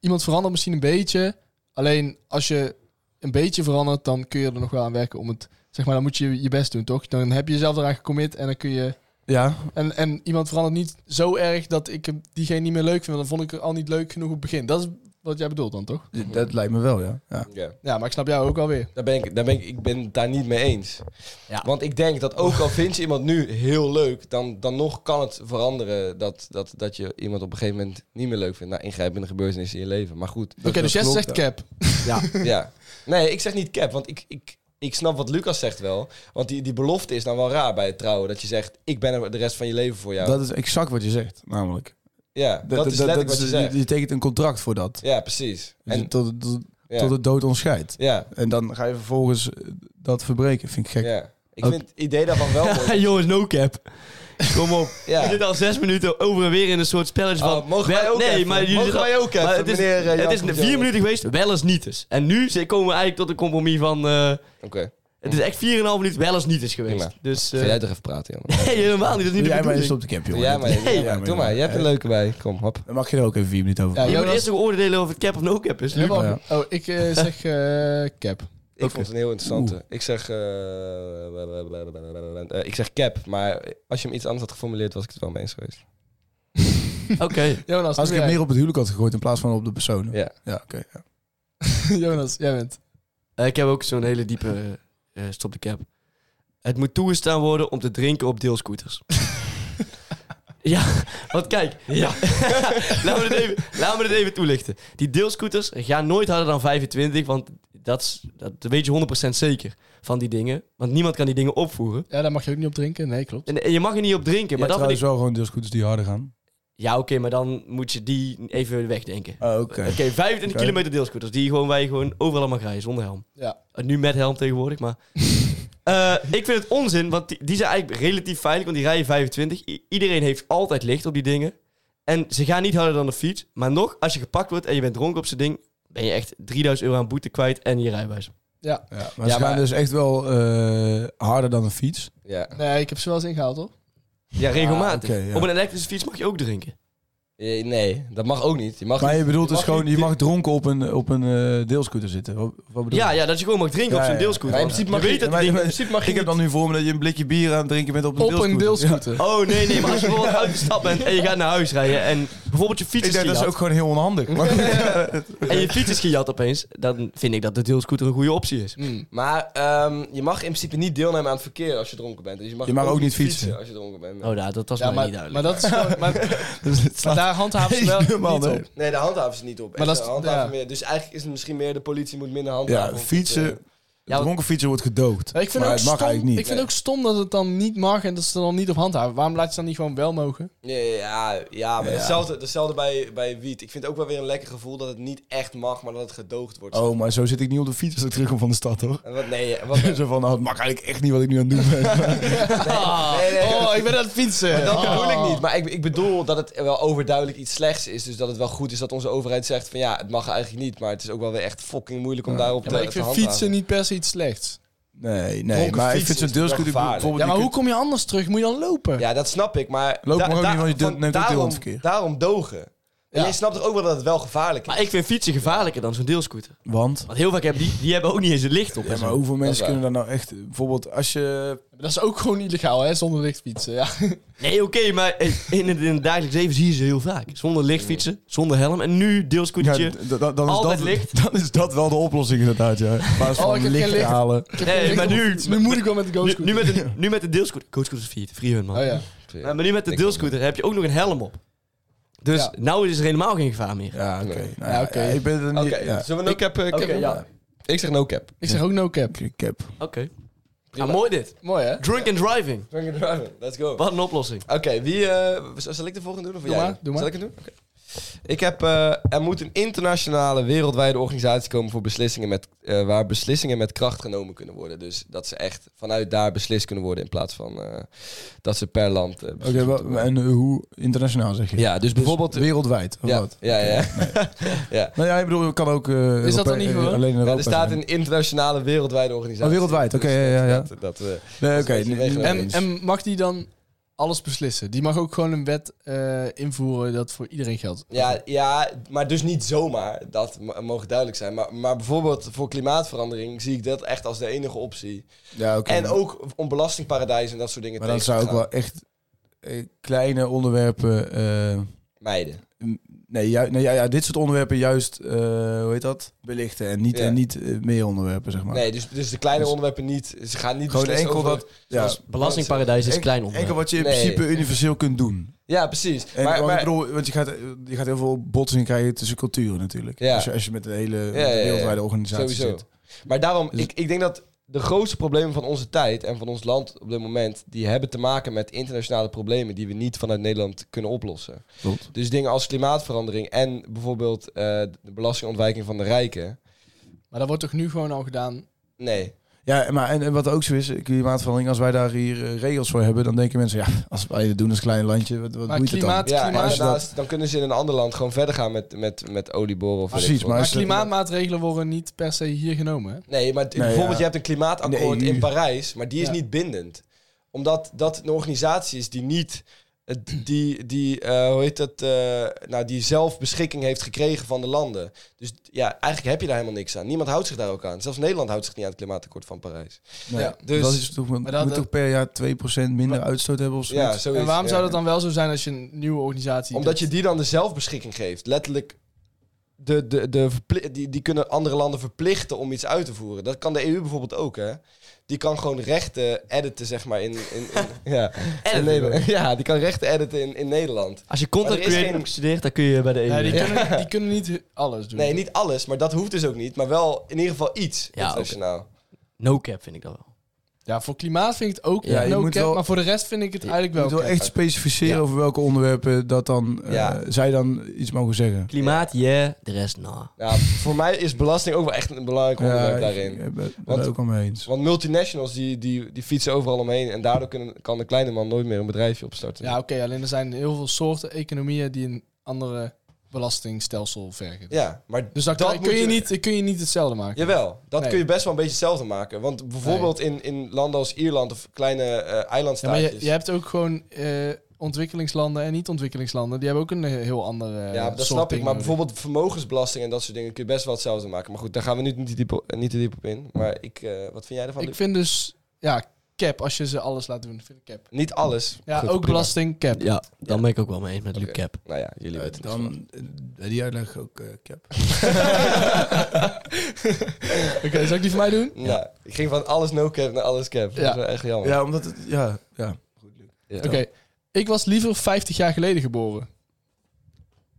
[SPEAKER 3] Iemand verandert misschien een beetje. Alleen als je een beetje verandert, dan kun je er nog wel aan werken om het... Zeg maar, dan moet je je best doen, toch? Dan heb je jezelf eraan gecommit en dan kun je...
[SPEAKER 5] Ja,
[SPEAKER 3] En, en iemand verandert niet zo erg dat ik hem- diegene niet meer leuk vind. want Dan vond ik het al niet leuk genoeg op het begin. Dat is wat jij bedoelt dan, toch?
[SPEAKER 5] Dat lijkt me wel, ja. ja.
[SPEAKER 2] Ja.
[SPEAKER 3] Ja, maar ik snap jou ook alweer.
[SPEAKER 2] Daar ben ik, daar ben ik, ik ben het daar niet mee eens.
[SPEAKER 4] Ja.
[SPEAKER 2] Want ik denk dat ook al vind je iemand nu heel leuk, dan, dan nog kan het veranderen dat, dat, dat je iemand op een gegeven moment niet meer leuk vindt. Nou, ingrijpende gebeurtenissen in je leven. Maar goed,
[SPEAKER 3] Oké, dus jij
[SPEAKER 5] klopt,
[SPEAKER 3] zegt cap.
[SPEAKER 2] <laughs>
[SPEAKER 4] <laughs>
[SPEAKER 2] ja. Nee, ik zeg niet cap, want ik, ik, ik snap wat Lucas zegt wel. Want die, die belofte is dan wel raar bij het trouwen. Dat je zegt, ik ben er de rest van je leven voor jou.
[SPEAKER 5] Dat is exact wat je zegt, namelijk.
[SPEAKER 2] ja, dat, is letterlijk wat je zegt.
[SPEAKER 5] Je tekent een contract voor dat.
[SPEAKER 2] ja, precies. En,
[SPEAKER 5] En tot, tot,
[SPEAKER 2] ja,
[SPEAKER 5] Dus tot het dood ons scheidt.
[SPEAKER 2] ja,
[SPEAKER 5] En dan ga je vervolgens eh, dat verbreken. Vind ik gek.
[SPEAKER 2] ja. Ik
[SPEAKER 5] Ook-
[SPEAKER 2] vind het idee daarvan wel
[SPEAKER 4] <laughs>
[SPEAKER 2] mooi.
[SPEAKER 4] jongens, no cap. Kom op.
[SPEAKER 2] Ja.
[SPEAKER 4] Je zit al zes minuten over en weer in een soort spelletje van...
[SPEAKER 2] Oh, mogen wij
[SPEAKER 4] wel-
[SPEAKER 2] ook
[SPEAKER 4] nee,
[SPEAKER 2] even?
[SPEAKER 4] Maar jullie
[SPEAKER 2] Mogen
[SPEAKER 4] zitten al-
[SPEAKER 2] wij ook
[SPEAKER 4] maar
[SPEAKER 2] even,
[SPEAKER 4] het is,
[SPEAKER 2] meneer, eh,
[SPEAKER 4] het is
[SPEAKER 2] Jacob
[SPEAKER 4] vier
[SPEAKER 2] Jan?
[SPEAKER 4] minuten geweest, wel eens niet eens. En nu ze- komen we eigenlijk tot een compromis van... eh,
[SPEAKER 2] Oké,
[SPEAKER 4] het is echt 4,5 minuten wel eens niet eens geweest.
[SPEAKER 2] Prima.
[SPEAKER 4] Dus, eh,
[SPEAKER 2] ga jij toch even praten, Jan?
[SPEAKER 4] <laughs> nee, helemaal niet. Dat is niet
[SPEAKER 5] Doe
[SPEAKER 4] de
[SPEAKER 5] jij maar
[SPEAKER 4] bedoeling.
[SPEAKER 5] eens op de camp, jongen.
[SPEAKER 2] Ja, maar,
[SPEAKER 5] Nee,
[SPEAKER 2] ja,
[SPEAKER 5] ja,
[SPEAKER 2] maar, doe maar. Je hebt een leuke bij. Kom, hop.
[SPEAKER 5] Dan mag je er ook even vier minuten over.
[SPEAKER 3] Ja,
[SPEAKER 4] Je moet
[SPEAKER 3] Jonas-
[SPEAKER 4] eerst toch oordelen of het cap of no
[SPEAKER 2] <laughs>
[SPEAKER 4] cap is.
[SPEAKER 3] Ja,
[SPEAKER 4] Luc.
[SPEAKER 3] maar- Oh, ik <laughs> eh, zeg eh, cap.
[SPEAKER 2] Ik vond het een heel interessante. Ik zeg... eh, eh, ik zeg cap, maar als je hem iets anders had geformuleerd, was ik het wel mee eens geweest.
[SPEAKER 4] Oké.
[SPEAKER 3] Jonas,
[SPEAKER 5] Als
[SPEAKER 3] doe
[SPEAKER 5] ik het
[SPEAKER 3] jij.
[SPEAKER 5] meer op het huwelijk had gegooid in plaats van op de personen.
[SPEAKER 2] Ja.
[SPEAKER 5] Ja, oké. ja.
[SPEAKER 3] <laughs> Jonas, jij bent.
[SPEAKER 4] Eh, ik heb ook zo'n hele diepe eh, eh, stop de cap. Het moet toegestaan worden om te drinken op deelscooters. <laughs> ja, want kijk. <laughs> Ja. laten, we dit even, laten we dit even toelichten. Die deelscooters gaan nooit harder dan 25, want dat, is, dat weet je 100% zeker van die dingen. Want niemand kan die dingen opvoeren.
[SPEAKER 3] Ja, daar mag je ook niet op drinken. Nee, klopt.
[SPEAKER 4] En, en je mag er niet op drinken.
[SPEAKER 5] Maar
[SPEAKER 4] Maar
[SPEAKER 5] dat
[SPEAKER 4] dan
[SPEAKER 5] trouwens wel gewoon deelscooters die harder gaan.
[SPEAKER 4] Ja, oké, maar dan moet je die even wegdenken.
[SPEAKER 5] Oh, oké.
[SPEAKER 4] Oké, 25
[SPEAKER 5] Oké.
[SPEAKER 4] kilometer deelscooters. Die gewoon, wij gewoon overal allemaal rijden zonder helm.
[SPEAKER 3] Ja.
[SPEAKER 4] Eh, Nu met helm tegenwoordig,
[SPEAKER 2] <laughs>
[SPEAKER 4] maar... Eh, ik vind het onzin, want die, die zijn eigenlijk relatief veilig, want die rijden 25. I- iedereen heeft altijd licht op die dingen. En ze gaan niet harder dan de fiets. Maar nog, als je gepakt wordt en je bent dronken op zo'n ding... ben je echt 3000 euro aan boete kwijt en je rijbewijs.
[SPEAKER 3] Ja.
[SPEAKER 5] Ja, maar
[SPEAKER 2] Ja,
[SPEAKER 5] ze gaan
[SPEAKER 2] maar-
[SPEAKER 5] dus echt wel eh, harder dan een fiets.
[SPEAKER 2] Ja.
[SPEAKER 3] Nee, ik heb ze wel eens ingehaald, hoor.
[SPEAKER 4] Ja, regelmatig.
[SPEAKER 5] Ah, oké, ja.
[SPEAKER 4] Op een elektrische fiets mag je ook drinken.
[SPEAKER 2] Eh, Nee, dat mag ook niet. Je mag
[SPEAKER 5] Maar je
[SPEAKER 2] niet-
[SPEAKER 5] bedoelt dus
[SPEAKER 2] mag
[SPEAKER 5] gewoon,
[SPEAKER 2] niet-
[SPEAKER 5] je mag dronken op een, op een eh, deelscooter zitten. Wat, wat bedoel
[SPEAKER 4] Ja,
[SPEAKER 5] je?
[SPEAKER 4] ja, dat je gewoon mag drinken
[SPEAKER 5] Ja,
[SPEAKER 4] op zo'n
[SPEAKER 5] ja.
[SPEAKER 4] deelscooter.
[SPEAKER 2] Maar in
[SPEAKER 4] Want
[SPEAKER 2] principe
[SPEAKER 4] je
[SPEAKER 2] mag
[SPEAKER 4] weet
[SPEAKER 2] je-
[SPEAKER 4] dat
[SPEAKER 5] maar
[SPEAKER 4] die
[SPEAKER 5] je
[SPEAKER 4] dingen-
[SPEAKER 5] bent- ik heb dan nu voor me dat je een blikje bier aan het drinken bent op een
[SPEAKER 3] Op een
[SPEAKER 5] deelscooter.
[SPEAKER 3] deelscooter.
[SPEAKER 4] Oh nee, nee, maar als je bijvoorbeeld uit de stad bent en je gaat naar huis rijden en bijvoorbeeld je fiets
[SPEAKER 5] Ja.
[SPEAKER 4] is
[SPEAKER 5] Ik denk, dat
[SPEAKER 4] gejat
[SPEAKER 5] is ook gewoon heel onhandig. Maar goed, <laughs>
[SPEAKER 4] en je fiets is gejat opeens, dan vind ik dat de deelscooter een goede optie is.
[SPEAKER 3] Oh, hmm.
[SPEAKER 2] Maar ehm, je mag in principe niet deelnemen aan het verkeer als je dronken bent. Dus je mag,
[SPEAKER 5] Je mag ook niet fietsen.
[SPEAKER 2] als je dronken bent.
[SPEAKER 4] Oh, nou, dat was
[SPEAKER 3] Ja,
[SPEAKER 4] mij
[SPEAKER 3] maar,
[SPEAKER 4] niet duidelijk.
[SPEAKER 3] maar dat is gewoon... Maar,
[SPEAKER 5] dus het
[SPEAKER 3] maar
[SPEAKER 5] slaat
[SPEAKER 3] daar handhaven ze wel
[SPEAKER 5] <laughs> helemaal
[SPEAKER 3] niet
[SPEAKER 5] niet
[SPEAKER 3] op.
[SPEAKER 5] op.
[SPEAKER 2] Nee, de handhaven ze niet op. Echt,
[SPEAKER 3] Maar dat is-
[SPEAKER 2] de handhaven
[SPEAKER 3] ja.
[SPEAKER 2] meer. Dus eigenlijk is het misschien meer de politie moet minder handhaven.
[SPEAKER 5] Ja, Eh,
[SPEAKER 2] op het, eh,
[SPEAKER 5] fietsen.
[SPEAKER 4] Ja,
[SPEAKER 5] Dronken fietsen wordt gedoogd.
[SPEAKER 3] Ja, Ik vind,
[SPEAKER 5] maar
[SPEAKER 3] ook
[SPEAKER 5] het mag
[SPEAKER 3] stom,
[SPEAKER 5] eigenlijk
[SPEAKER 3] ik
[SPEAKER 5] niet.
[SPEAKER 3] vind ook stom dat het dan niet mag en dat ze er dan niet op handhaven. Waarom laat je ze dan niet gewoon wel mogen?
[SPEAKER 2] eh, ja, ja, ja, maar Hetzelfde, hetzelfde bij, bij wiet. Ik vind het ook wel weer een lekker gevoel dat het niet echt mag, maar dat het gedoogd wordt.
[SPEAKER 5] Oh, maar zo zit ik niet op de fiets als ik terugkom van de stad, hoor.
[SPEAKER 2] En Wat, nee,
[SPEAKER 3] <laughs>
[SPEAKER 2] wat, nee,
[SPEAKER 5] <laughs> Zo van, nou, het mag eigenlijk echt niet wat ik nu aan het doen ben.
[SPEAKER 2] nee, nee.
[SPEAKER 3] Oh, ik ben aan het fietsen. Oh.
[SPEAKER 2] Dat bedoel ik niet, maar ik, ik bedoel dat het wel overduidelijk iets slechts is. Dus dat het wel goed is dat onze overheid zegt van ja, het mag eigenlijk niet. Maar het is ook wel weer echt fucking moeilijk om daarop
[SPEAKER 3] Ja,
[SPEAKER 2] te
[SPEAKER 3] maar ik
[SPEAKER 2] te
[SPEAKER 3] vind
[SPEAKER 2] handhaven.
[SPEAKER 3] fietsen niet per se iets slechts.
[SPEAKER 5] Nee, nee,
[SPEAKER 2] Dronken
[SPEAKER 5] maar ik
[SPEAKER 2] fietsen
[SPEAKER 5] vind zo'n
[SPEAKER 2] is wel
[SPEAKER 5] deelscooter
[SPEAKER 2] gevaarlijk.
[SPEAKER 5] bijvoorbeeld...
[SPEAKER 3] Ja, maar
[SPEAKER 5] je
[SPEAKER 3] hoe
[SPEAKER 5] kunt-
[SPEAKER 3] kom je anders terug? Moet je dan lopen?
[SPEAKER 2] Ja, dat snap ik, maar...
[SPEAKER 5] Loop maar ook niet, want je
[SPEAKER 2] van-
[SPEAKER 5] neemt ook deel aan het
[SPEAKER 2] daarom,
[SPEAKER 5] verkeer.
[SPEAKER 2] Daarom dogen. En
[SPEAKER 3] Ja.
[SPEAKER 2] jij snapt toch ook wel dat het wel gevaarlijk is?
[SPEAKER 4] Maar ik vind fietsen gevaarlijker dan zo'n deelscooter.
[SPEAKER 5] Want?
[SPEAKER 4] Want heel vaak hebben die, die hebben ook niet eens het licht op. en
[SPEAKER 5] Ja, maar
[SPEAKER 4] zo.
[SPEAKER 5] hoeveel mensen
[SPEAKER 2] waar.
[SPEAKER 5] kunnen daar nou echt... Bijvoorbeeld als je...
[SPEAKER 3] Dat is ook gewoon illegaal, hè? Zonder licht fietsen. Ja. <laughs>
[SPEAKER 4] Nee, oké, maar in het, in het dagelijks leven zie je ze heel vaak. Zonder licht fietsen, zonder helm en nu deelscootertje.
[SPEAKER 5] Ja, d- d- dan, is
[SPEAKER 4] Altijd
[SPEAKER 5] dat,
[SPEAKER 4] licht.
[SPEAKER 5] <laughs> dan is dat wel de oplossing inderdaad, ja. In plaats van
[SPEAKER 3] ik heb
[SPEAKER 5] licht,
[SPEAKER 3] geen licht.
[SPEAKER 5] halen.
[SPEAKER 4] nee, maar nu,
[SPEAKER 3] Nu moet ik wel met de
[SPEAKER 4] nu,
[SPEAKER 3] go-scooter.
[SPEAKER 4] nu, met de, nu met de deelscooter... Coachscooter is free, free hun, man.
[SPEAKER 3] Oh ja.
[SPEAKER 4] Ja, maar nu met de
[SPEAKER 2] Ik
[SPEAKER 4] deelscooter heb je ook nog een helm op. Dus
[SPEAKER 3] Ja.
[SPEAKER 4] nou is er helemaal geen gevaar meer.
[SPEAKER 5] Ja, oké.
[SPEAKER 2] Nee.
[SPEAKER 5] Nou,
[SPEAKER 3] Ja,
[SPEAKER 5] ja,
[SPEAKER 3] oké.
[SPEAKER 5] ja, ik ben er niet...
[SPEAKER 2] Oké,
[SPEAKER 5] ja.
[SPEAKER 2] zullen we no cap, eh, cap
[SPEAKER 4] Oké,
[SPEAKER 2] doen?
[SPEAKER 4] ja.
[SPEAKER 2] Ik zeg no cap.
[SPEAKER 3] Ik zeg ook no cap.
[SPEAKER 5] Ik heb...
[SPEAKER 4] Oké. Ja, mooi dit.
[SPEAKER 3] Mooi, hè?
[SPEAKER 4] Drunk and driving.
[SPEAKER 2] Drunk and driving, let's go.
[SPEAKER 4] Wat een oplossing.
[SPEAKER 2] Oké, wie... eh, z- zal ik de volgende doen of
[SPEAKER 3] Doe
[SPEAKER 2] jij?
[SPEAKER 3] maar, doe maar.
[SPEAKER 2] Zal ik het doen? Oké. Ik heb... eh, er moet een internationale, wereldwijde organisatie komen voor beslissingen met, eh, waar beslissingen met kracht genomen kunnen worden. Dus dat ze echt vanuit daar beslist kunnen worden in plaats van eh, dat ze per land... eh,
[SPEAKER 5] Oké,
[SPEAKER 2] beslist
[SPEAKER 5] wel-
[SPEAKER 2] moeten worden.
[SPEAKER 5] en eh, hoe internationaal zeg je?
[SPEAKER 2] Ja, dus bijvoorbeeld...
[SPEAKER 5] Dus wereldwijd, of
[SPEAKER 2] ja,
[SPEAKER 5] wat?
[SPEAKER 2] ja, ja.
[SPEAKER 5] Nou ja, ik bedoel, het kan ook... eh,
[SPEAKER 3] Is dat dan
[SPEAKER 5] Europe-
[SPEAKER 3] niet gewoon?
[SPEAKER 5] Alleen in
[SPEAKER 2] Ja,
[SPEAKER 5] <laughs> Europa
[SPEAKER 2] er staat
[SPEAKER 5] zijn.
[SPEAKER 2] een internationale, wereldwijde organisatie. Dus
[SPEAKER 5] Oh, wereldwijd, oké, ja, ja, ja.
[SPEAKER 2] Dat, dat, eh,
[SPEAKER 5] Nee, oké.
[SPEAKER 2] dat is een beetje
[SPEAKER 5] niet-
[SPEAKER 2] weg.
[SPEAKER 3] En, en mag die dan alles beslissen? Die mag ook gewoon een wet eh, invoeren dat voor iedereen geldt.
[SPEAKER 2] ja, ja, maar dus niet zomaar. Dat m- mogen duidelijk zijn. Maar, maar bijvoorbeeld voor klimaatverandering zie ik dat echt als de enige optie.
[SPEAKER 5] Ja, oké.
[SPEAKER 2] En ook om belastingparadijzen en dat soort dingen
[SPEAKER 5] Maar dan
[SPEAKER 2] tegen
[SPEAKER 5] zou
[SPEAKER 2] te
[SPEAKER 5] ik wel
[SPEAKER 2] gaan.
[SPEAKER 5] echt eh, kleine onderwerpen... eh,
[SPEAKER 2] Meiden.
[SPEAKER 5] m- Nee, ju- nee ja, ja, dit soort onderwerpen juist, eh, hoe heet dat? Belichten en niet,
[SPEAKER 2] Ja.
[SPEAKER 5] en niet eh, meer onderwerpen, zeg maar.
[SPEAKER 2] Nee, dus, dus de kleine onderwerpen niet. Ze gaan niet
[SPEAKER 5] Gewoon
[SPEAKER 2] beslissen
[SPEAKER 5] enkel
[SPEAKER 2] over-
[SPEAKER 5] dat... Ja,
[SPEAKER 2] zoals-
[SPEAKER 4] Belastingparadijs is
[SPEAKER 5] en-
[SPEAKER 4] klein onderwerp.
[SPEAKER 5] enkel wat je in
[SPEAKER 2] Nee.
[SPEAKER 5] principe universeel kunt doen.
[SPEAKER 2] Ja, precies.
[SPEAKER 5] En,
[SPEAKER 2] maar,
[SPEAKER 5] want,
[SPEAKER 2] maar,
[SPEAKER 5] ik bedoel, want je gaat, je gaat heel veel botsing krijgen tussen culturen natuurlijk.
[SPEAKER 2] Ja.
[SPEAKER 5] Als, je, als je met de hele met de
[SPEAKER 2] ja, ja, ja.
[SPEAKER 5] wereldwijde organisatie
[SPEAKER 2] Sowieso.
[SPEAKER 5] zit. Dus-
[SPEAKER 2] Maar daarom, ik, ik denk dat de grootste problemen van onze tijd en van ons land op dit moment, die hebben te maken met internationale problemen die we niet vanuit Nederland kunnen oplossen.
[SPEAKER 5] Klopt.
[SPEAKER 2] Dus dingen als klimaatverandering en bijvoorbeeld eh, de belastingontwijking van de rijken.
[SPEAKER 3] Maar dat wordt toch nu gewoon al gedaan?
[SPEAKER 2] Nee.
[SPEAKER 5] Ja, maar en, en wat ook zo is, eh, klimaatverandering, als wij daar hier eh, regels voor hebben, dan denken mensen, ja, <laughs> als wij dit doen als klein landje, wat, wat
[SPEAKER 3] Maar
[SPEAKER 5] boeit het dan?
[SPEAKER 3] klimaat-
[SPEAKER 2] Ja, en
[SPEAKER 3] Als
[SPEAKER 5] je
[SPEAKER 2] daarnaast, dan kunnen ze in een ander land gewoon verder gaan met, met, met olieboren of weet
[SPEAKER 5] Precies,
[SPEAKER 2] ik veel.
[SPEAKER 5] maar
[SPEAKER 3] Maar
[SPEAKER 5] als je-
[SPEAKER 3] klimaatmaatregelen worden niet per se hier genomen. Hè?
[SPEAKER 2] Nee, maar t-
[SPEAKER 5] Nee,
[SPEAKER 2] bijvoorbeeld je
[SPEAKER 5] ja.
[SPEAKER 2] hebt een klimaatakkoord
[SPEAKER 5] In de EU.
[SPEAKER 2] in Parijs, maar die is
[SPEAKER 3] Ja.
[SPEAKER 2] niet bindend. Omdat dat een organisatie is die niet... eh, Die, die, eh, hoe heet dat, eh, nou, die zelf beschikking heeft gekregen van de landen. Dus ja, eigenlijk heb je daar helemaal niks aan. Niemand houdt zich daar ook aan. Zelfs Nederland houdt zich niet aan het klimaatakkoord van Parijs.
[SPEAKER 5] Nee,
[SPEAKER 2] Ja, dus-
[SPEAKER 5] dat is toch,
[SPEAKER 3] Maar dat-
[SPEAKER 5] moet toch per jaar 2% minder uitstoot hebben of zoiets?
[SPEAKER 2] Ja, zoiets,
[SPEAKER 3] En waarom
[SPEAKER 2] ja.
[SPEAKER 3] zou dat dan wel zo zijn als je een nieuwe organisatie...
[SPEAKER 2] Omdat je die dan de zelfbeschikking geeft. Letterlijk, de, de, de verpli- die, die kunnen andere landen verplichten om iets uit te voeren. Dat kan de EU bijvoorbeeld ook, hè? Die kan gewoon rechten editen, zeg maar, in, in,
[SPEAKER 3] <laughs>
[SPEAKER 2] in, ja, in Nederland. <laughs> Ja, die kan rechten editen in, in Nederland.
[SPEAKER 4] Als je content
[SPEAKER 2] Maar er is
[SPEAKER 4] creator
[SPEAKER 2] geen-
[SPEAKER 4] hebt gestudeerd, dan kun je bij de E EU.
[SPEAKER 3] Ja, die,
[SPEAKER 4] Ja.
[SPEAKER 3] kunnen, die kunnen niet alles doen.
[SPEAKER 2] Nee, niet alles, maar dat hoeft dus ook niet. Maar wel in ieder geval iets
[SPEAKER 4] Ja,
[SPEAKER 2] internationaal.
[SPEAKER 4] No cap vind ik dat wel.
[SPEAKER 3] Ja, voor klimaat vind ik het ook
[SPEAKER 5] Ja, je
[SPEAKER 3] no
[SPEAKER 5] moet
[SPEAKER 3] cap,
[SPEAKER 5] wel-
[SPEAKER 3] maar voor de rest vind ik het eigenlijk
[SPEAKER 5] Je
[SPEAKER 3] wel
[SPEAKER 5] moet wel
[SPEAKER 3] cap.
[SPEAKER 5] echt specificeren
[SPEAKER 4] Ja.
[SPEAKER 5] over welke onderwerpen dat dan, eh,
[SPEAKER 2] Ja.
[SPEAKER 5] zij dan iets mogen zeggen.
[SPEAKER 4] Klimaat, yeah. De rest, nah.
[SPEAKER 2] Ja, voor mij is belasting ook wel echt een belangrijk onderwerp
[SPEAKER 5] ik-
[SPEAKER 2] daarin.
[SPEAKER 5] Ik ben het
[SPEAKER 2] Want-
[SPEAKER 5] ook al mee eens.
[SPEAKER 2] Want multinationals die, die, die fietsen overal omheen en daardoor kunnen, kan de kleine man nooit meer een bedrijfje opstarten.
[SPEAKER 3] Ja, oké, alleen er zijn heel veel soorten economieën die een andere belastingstelsel vergen.
[SPEAKER 2] ja maar
[SPEAKER 3] Dus dan
[SPEAKER 2] dat
[SPEAKER 3] kan,
[SPEAKER 2] moet
[SPEAKER 3] kun, je niet, kun je niet hetzelfde maken.
[SPEAKER 2] Jawel, dat
[SPEAKER 3] Nee.
[SPEAKER 2] kun je best wel een beetje hetzelfde maken. Want bijvoorbeeld in, in landen als Ierland of kleine eh,
[SPEAKER 3] Ja, maar
[SPEAKER 2] eilandstaatjes.
[SPEAKER 3] je, je hebt ook gewoon eh, ontwikkelingslanden en niet-ontwikkelingslanden. Die hebben ook een eh, heel andere eh,
[SPEAKER 2] ja, dat
[SPEAKER 3] soort
[SPEAKER 2] snap ik.
[SPEAKER 3] dingen
[SPEAKER 2] Maar
[SPEAKER 3] nodig.
[SPEAKER 2] bijvoorbeeld vermogensbelasting en dat soort dingen kun je best wel hetzelfde maken. Maar goed, daar gaan we nu niet te diep op, niet te diep op in. Maar ik, eh, wat vind jij ervan?
[SPEAKER 3] Ik
[SPEAKER 2] Luc?
[SPEAKER 3] vind dus, ja, cap, als je ze alles laat doen, vind ik cap.
[SPEAKER 2] Niet alles.
[SPEAKER 3] Ja,
[SPEAKER 2] Goed,
[SPEAKER 3] ook
[SPEAKER 2] prima.
[SPEAKER 3] belasting, cap.
[SPEAKER 4] Ja, dan ben ik ook wel mee eens met Luc
[SPEAKER 2] Oké.
[SPEAKER 4] Cap.
[SPEAKER 2] Nou ja, jullie weten het wel.
[SPEAKER 5] Dan, eh, die uitleg ook, eh, Cap.
[SPEAKER 3] <laughs> Oké, zou ik die voor mij doen?
[SPEAKER 2] <laughs> Nou, ik ging van alles no cap naar alles cap.
[SPEAKER 3] Ja.
[SPEAKER 2] Dat is wel echt jammer.
[SPEAKER 5] Ja, omdat het... Ja, ja.
[SPEAKER 2] Ja.
[SPEAKER 3] Oké, ik was liever 50 jaar geleden geboren.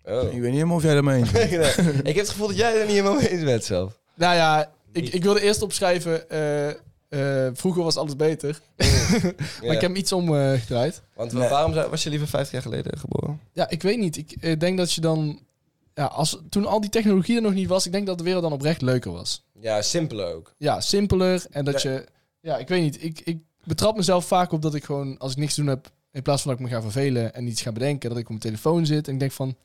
[SPEAKER 2] Oh. <laughs>
[SPEAKER 5] Ik weet niet helemaal of jij daarmee eens bent.
[SPEAKER 2] Nee, nee. Ik heb het gevoel dat jij er niet helemaal mee eens bent zelf.
[SPEAKER 3] Nou ja, ik, ik wilde eerst opschrijven, eh, eh, vroeger was alles beter.
[SPEAKER 2] Ja.
[SPEAKER 3] Maar ik heb hem iets omgedraaid.
[SPEAKER 2] Want
[SPEAKER 5] Nee.
[SPEAKER 2] waarom zou- was je liever 50 jaar geleden geboren?
[SPEAKER 3] ja, ik weet niet. Ik eh, denk dat je dan... Ja, als, toen al die technologie er nog niet was, ik denk dat de wereld dan oprecht leuker was.
[SPEAKER 2] Ja, simpeler ook.
[SPEAKER 3] Ja, simpeler en dat je... Ja, ik weet niet. Ik, ik betrap mezelf vaak op dat ik gewoon, als ik niks te doen heb... In plaats van dat ik me ga vervelen en iets ga bedenken, dat ik op mijn telefoon zit en ik denk van...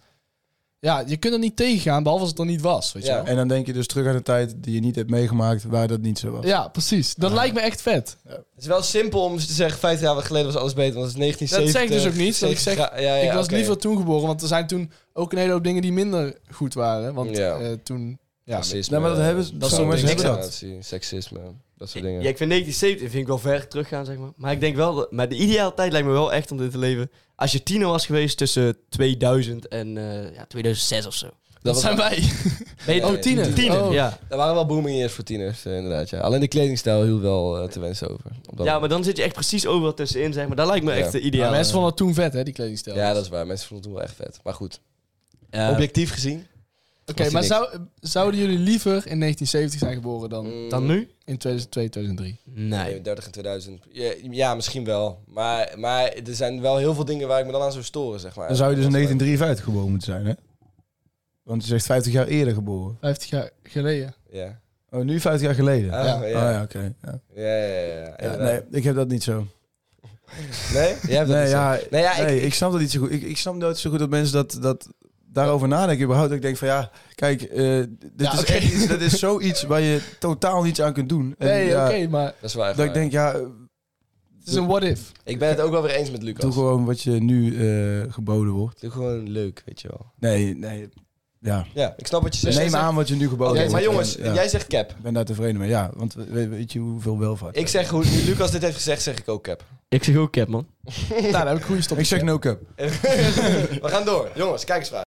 [SPEAKER 3] Ja, je kunt er niet tegengaan, behalve als het er niet was, weet
[SPEAKER 2] Ja.
[SPEAKER 3] je wel.
[SPEAKER 5] En dan denk je dus terug aan de tijd die je niet hebt meegemaakt, waar dat niet zo was.
[SPEAKER 3] Ja, precies. Dat lijkt me echt vet.
[SPEAKER 2] Het is wel simpel om te zeggen, 50 jaar geleden was alles beter, want het is 1970.
[SPEAKER 3] Dat zeg ik dus ook niet, dat ik zeg,
[SPEAKER 2] 70 gra- ja, ja,
[SPEAKER 3] ik was
[SPEAKER 2] oké.
[SPEAKER 3] liever toen geboren, want er zijn toen ook een hele hoop dingen die minder goed waren. Want
[SPEAKER 2] Ja.
[SPEAKER 3] eh, toen... Ja,
[SPEAKER 2] Racisme,
[SPEAKER 5] Nee, nou, maar dat hebben ze-
[SPEAKER 2] eh,
[SPEAKER 5] dat
[SPEAKER 3] sommige mensen hebben dat.
[SPEAKER 2] discriminatie, Seksisme, dat soort dingen.
[SPEAKER 4] Ja, ik vind 1970 vind ik wel ver teruggaan, zeg maar. Maar ik denk wel, dat- maar de ideale tijd lijkt me wel echt om dit te leven. Als je tiener was geweest tussen 2000 en eh, ja, 2006 of zo.
[SPEAKER 3] dat
[SPEAKER 2] was-
[SPEAKER 3] zijn wij.
[SPEAKER 4] Ben je
[SPEAKER 2] Oh, tiener.
[SPEAKER 4] Tiener,
[SPEAKER 3] Oh.
[SPEAKER 4] ja.
[SPEAKER 2] Er waren wel booming years voor tieners, eh, inderdaad. Ja. Alleen de kledingstijl hield wel eh, te wensen over. op dat
[SPEAKER 4] Ja,
[SPEAKER 2] moment.
[SPEAKER 4] maar dan zit je echt precies overal tussenin, zeg maar. Dat lijkt me
[SPEAKER 2] Ja.
[SPEAKER 4] echt de
[SPEAKER 3] Ja,
[SPEAKER 4] ideale.
[SPEAKER 3] mensen vonden het toen vet, hè, die kledingstijl.
[SPEAKER 2] ja, dat is waar. Mensen vonden het toen wel echt vet. Maar goed,
[SPEAKER 4] Eh,
[SPEAKER 2] objectief gezien...
[SPEAKER 3] Oké,
[SPEAKER 2] was die
[SPEAKER 3] maar
[SPEAKER 2] niks.
[SPEAKER 3] zou, zouden jullie liever in 1970 zijn geboren dan
[SPEAKER 2] mm,
[SPEAKER 4] dan nu?
[SPEAKER 3] in 2002, 2003?
[SPEAKER 4] Nee.
[SPEAKER 2] 30 en 2000. Ja, ja, misschien wel. Maar, maar er zijn wel heel veel dingen waar ik me dan aan zou storen, zeg maar.
[SPEAKER 5] Dan zou je dus in
[SPEAKER 2] Dat is waar.
[SPEAKER 5] 1953 geboren moeten zijn, hè? Want je zegt 50 jaar eerder geboren.
[SPEAKER 3] 50 jaar geleden.
[SPEAKER 2] Ja.
[SPEAKER 5] Oh, nu 50 jaar geleden?
[SPEAKER 2] Ah,
[SPEAKER 3] Ja.
[SPEAKER 2] ja.
[SPEAKER 5] Oh
[SPEAKER 2] Ja,
[SPEAKER 5] ja, oké. Ja.
[SPEAKER 2] ja, ja, ja,
[SPEAKER 5] Ja,
[SPEAKER 2] inderdaad.
[SPEAKER 5] nee, ik heb dat niet zo.
[SPEAKER 2] Nee? Jij hebt dat
[SPEAKER 5] nee,
[SPEAKER 2] niet zo.
[SPEAKER 5] ja,
[SPEAKER 2] Nee, ja, ik-
[SPEAKER 5] nee, ik, snap dat niet zo goed. Ik, ik snap nooit zo goed dat mensen dat, dat daarover nadenken. Überhaupt, dat ik denk van ja, kijk, eh, dit,
[SPEAKER 3] Ja,
[SPEAKER 5] is
[SPEAKER 3] oké.
[SPEAKER 5] echt iets, dit is zoiets waar je totaal niets aan kunt doen. En
[SPEAKER 3] Nee,
[SPEAKER 5] ja,
[SPEAKER 3] oké, maar
[SPEAKER 2] Dat is waar. echt
[SPEAKER 5] Dat ik
[SPEAKER 2] waar.
[SPEAKER 5] denk, ja, eh,
[SPEAKER 3] het is een what if.
[SPEAKER 2] Ik ben het ook wel weer eens met Lucas.
[SPEAKER 5] doe gewoon wat je nu eh, geboden wordt.
[SPEAKER 2] Doe gewoon leuk, weet je wel.
[SPEAKER 5] Nee, nee, ja.
[SPEAKER 2] Ja, ik snap wat je zegt.
[SPEAKER 5] Neem aan wat je nu
[SPEAKER 2] Oké,
[SPEAKER 5] geboden wordt.
[SPEAKER 2] maar jongens,
[SPEAKER 5] En, ja,
[SPEAKER 2] jij zegt cap.
[SPEAKER 5] Ik ben daar tevreden mee, ja. Want we- we- weet je hoeveel welvaart...
[SPEAKER 2] Ik zeg, hoe nu Lucas dit heeft gezegd, zeg ik ook cap.
[SPEAKER 4] Ik zeg ook cap, man.
[SPEAKER 3] nou, daar heb ik goede stop.
[SPEAKER 5] ik zeg no cap.
[SPEAKER 2] We gaan door. Jongens, kijkersvraag.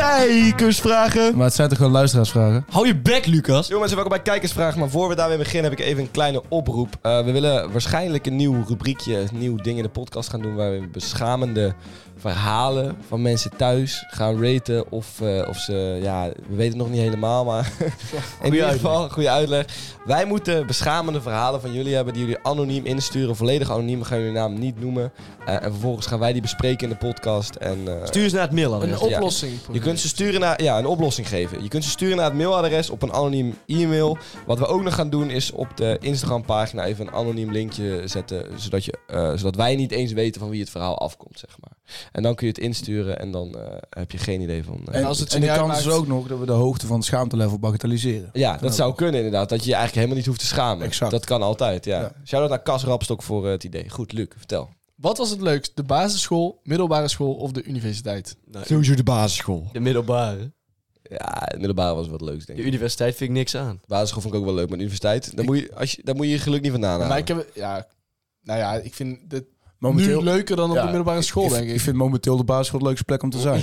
[SPEAKER 4] Kijkersvragen.
[SPEAKER 5] Maar het zijn toch gewoon luisteraarsvragen?
[SPEAKER 4] Hou je bek, Lucas.
[SPEAKER 2] Yo mensen, welkom bij Kijkersvragen. Maar voor we daarmee beginnen heb ik even een kleine oproep. Eh, we willen waarschijnlijk een nieuw rubriekje, een nieuw ding in de podcast gaan doen... waar we beschamende verhalen van mensen thuis gaan raten. Of, eh, of ze, ja, we weten het nog niet helemaal, maar <laughs> in ieder geval, goede uitleg. Wij moeten beschamende verhalen van jullie hebben die jullie anoniem insturen. Volledig anoniem, we gaan jullie naam niet noemen. Eh, en vervolgens gaan wij die bespreken in de podcast. En, eh,
[SPEAKER 4] Stuur eens naar het
[SPEAKER 5] Oh,
[SPEAKER 4] mailadres.
[SPEAKER 3] Een oplossing.
[SPEAKER 2] je kunt ze sturen naar, ja, een oplossing geven. Je kunt ze sturen naar het mailadres op een anoniem e-mail. Wat we ook nog gaan doen is op de Instagram pagina even een anoniem linkje zetten. Zodat, je, eh, zodat wij niet eens weten van wie het verhaal afkomt, zeg maar. En dan kun je het insturen en dan eh, heb je geen idee van... eh,
[SPEAKER 3] En als het
[SPEAKER 5] en de
[SPEAKER 3] niet
[SPEAKER 5] kans
[SPEAKER 3] uitmaakt-
[SPEAKER 5] is ook nog dat we de hoogte van het schaamtelevel bagatelliseren.
[SPEAKER 2] ja, dat zou kunnen inderdaad. Dat je je eigenlijk helemaal niet hoeft te schamen.
[SPEAKER 5] Exact.
[SPEAKER 2] Dat kan altijd, ja.
[SPEAKER 5] Ja.
[SPEAKER 2] Shout-out naar Cas Rapstok voor eh, het idee. Goed, Luc, vertel.
[SPEAKER 3] Wat was het leukst? De basisschool, middelbare school of de universiteit?
[SPEAKER 5] Sowieso de basisschool.
[SPEAKER 4] De middelbare.
[SPEAKER 2] Ja, het middelbare was wat leuks, denk
[SPEAKER 4] De
[SPEAKER 2] ik.
[SPEAKER 4] universiteit vind ik niks aan.
[SPEAKER 2] basisschool vond ik ook wel leuk, maar de universiteit... Daar moet je, als je, daar moet je, je geluk niet vandaan halen.
[SPEAKER 3] Maar ik heb... Ja, nou ja, ik vind dit
[SPEAKER 5] Momenteel,
[SPEAKER 3] nu leuker dan op
[SPEAKER 5] Ja,
[SPEAKER 3] de middelbare school,
[SPEAKER 5] ik,
[SPEAKER 3] denk ik.
[SPEAKER 5] ik vind momenteel de basisschool de leukste plek om te
[SPEAKER 2] <laughs>
[SPEAKER 5] zijn.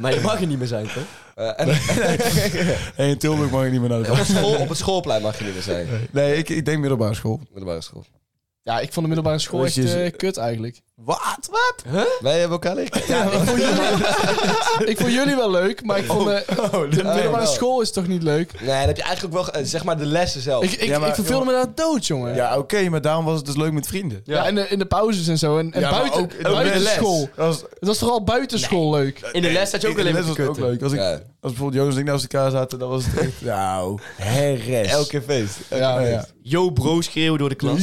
[SPEAKER 4] Maar je mag er niet meer zijn, toch?
[SPEAKER 2] Eh, en- <laughs>
[SPEAKER 5] hey, in Tilburg mag je niet meer naar de
[SPEAKER 2] op, het <laughs>
[SPEAKER 5] basisschool.
[SPEAKER 2] school, op het schoolplein mag je niet meer zijn.
[SPEAKER 5] Nee, ik, ik denk middelbare school.
[SPEAKER 2] Middelbare school.
[SPEAKER 3] Ja, ik vond de middelbare school
[SPEAKER 5] Dus
[SPEAKER 3] echt
[SPEAKER 5] je is-
[SPEAKER 3] eh, kut eigenlijk.
[SPEAKER 5] Wat? Wat?
[SPEAKER 2] Wij hebben elkaar liggen. Ja,
[SPEAKER 3] ik vond jullie wel leuk, maar ik
[SPEAKER 5] Oh,
[SPEAKER 3] vond eh, de middelbare
[SPEAKER 2] nou.
[SPEAKER 3] school is toch niet leuk?
[SPEAKER 2] Nee, dan heb je eigenlijk ook wel, eh, zeg maar, de lessen zelf.
[SPEAKER 3] Ik, ik,
[SPEAKER 5] Ja, maar-
[SPEAKER 3] ik verveelde me daar dood, jongen. Ja,
[SPEAKER 5] Ja, oké, maar daarom was het dus leuk met vrienden.
[SPEAKER 3] in, de, in de pauzes en zo. En, en
[SPEAKER 5] Ja, maar
[SPEAKER 3] buiten,
[SPEAKER 5] ook- ook
[SPEAKER 3] buiten
[SPEAKER 5] bij les.
[SPEAKER 3] school.
[SPEAKER 5] Dat was-
[SPEAKER 3] Het was vooral buitenschool leuk.
[SPEAKER 4] In de les had je ook
[SPEAKER 5] in
[SPEAKER 4] alleen
[SPEAKER 5] de
[SPEAKER 4] maar
[SPEAKER 5] les was
[SPEAKER 4] te
[SPEAKER 5] het ook
[SPEAKER 4] kutten.
[SPEAKER 5] leuk. Als, ik,
[SPEAKER 2] Ja.
[SPEAKER 5] als bijvoorbeeld Jonas en ik naast elkaar zaten, dan was het echt... Nou, herres.
[SPEAKER 2] Elke keer feest.
[SPEAKER 3] Ja,
[SPEAKER 5] Ja, <laughs>
[SPEAKER 3] ja.
[SPEAKER 5] ja.
[SPEAKER 4] Yo, bro, schreeuwen door de klas.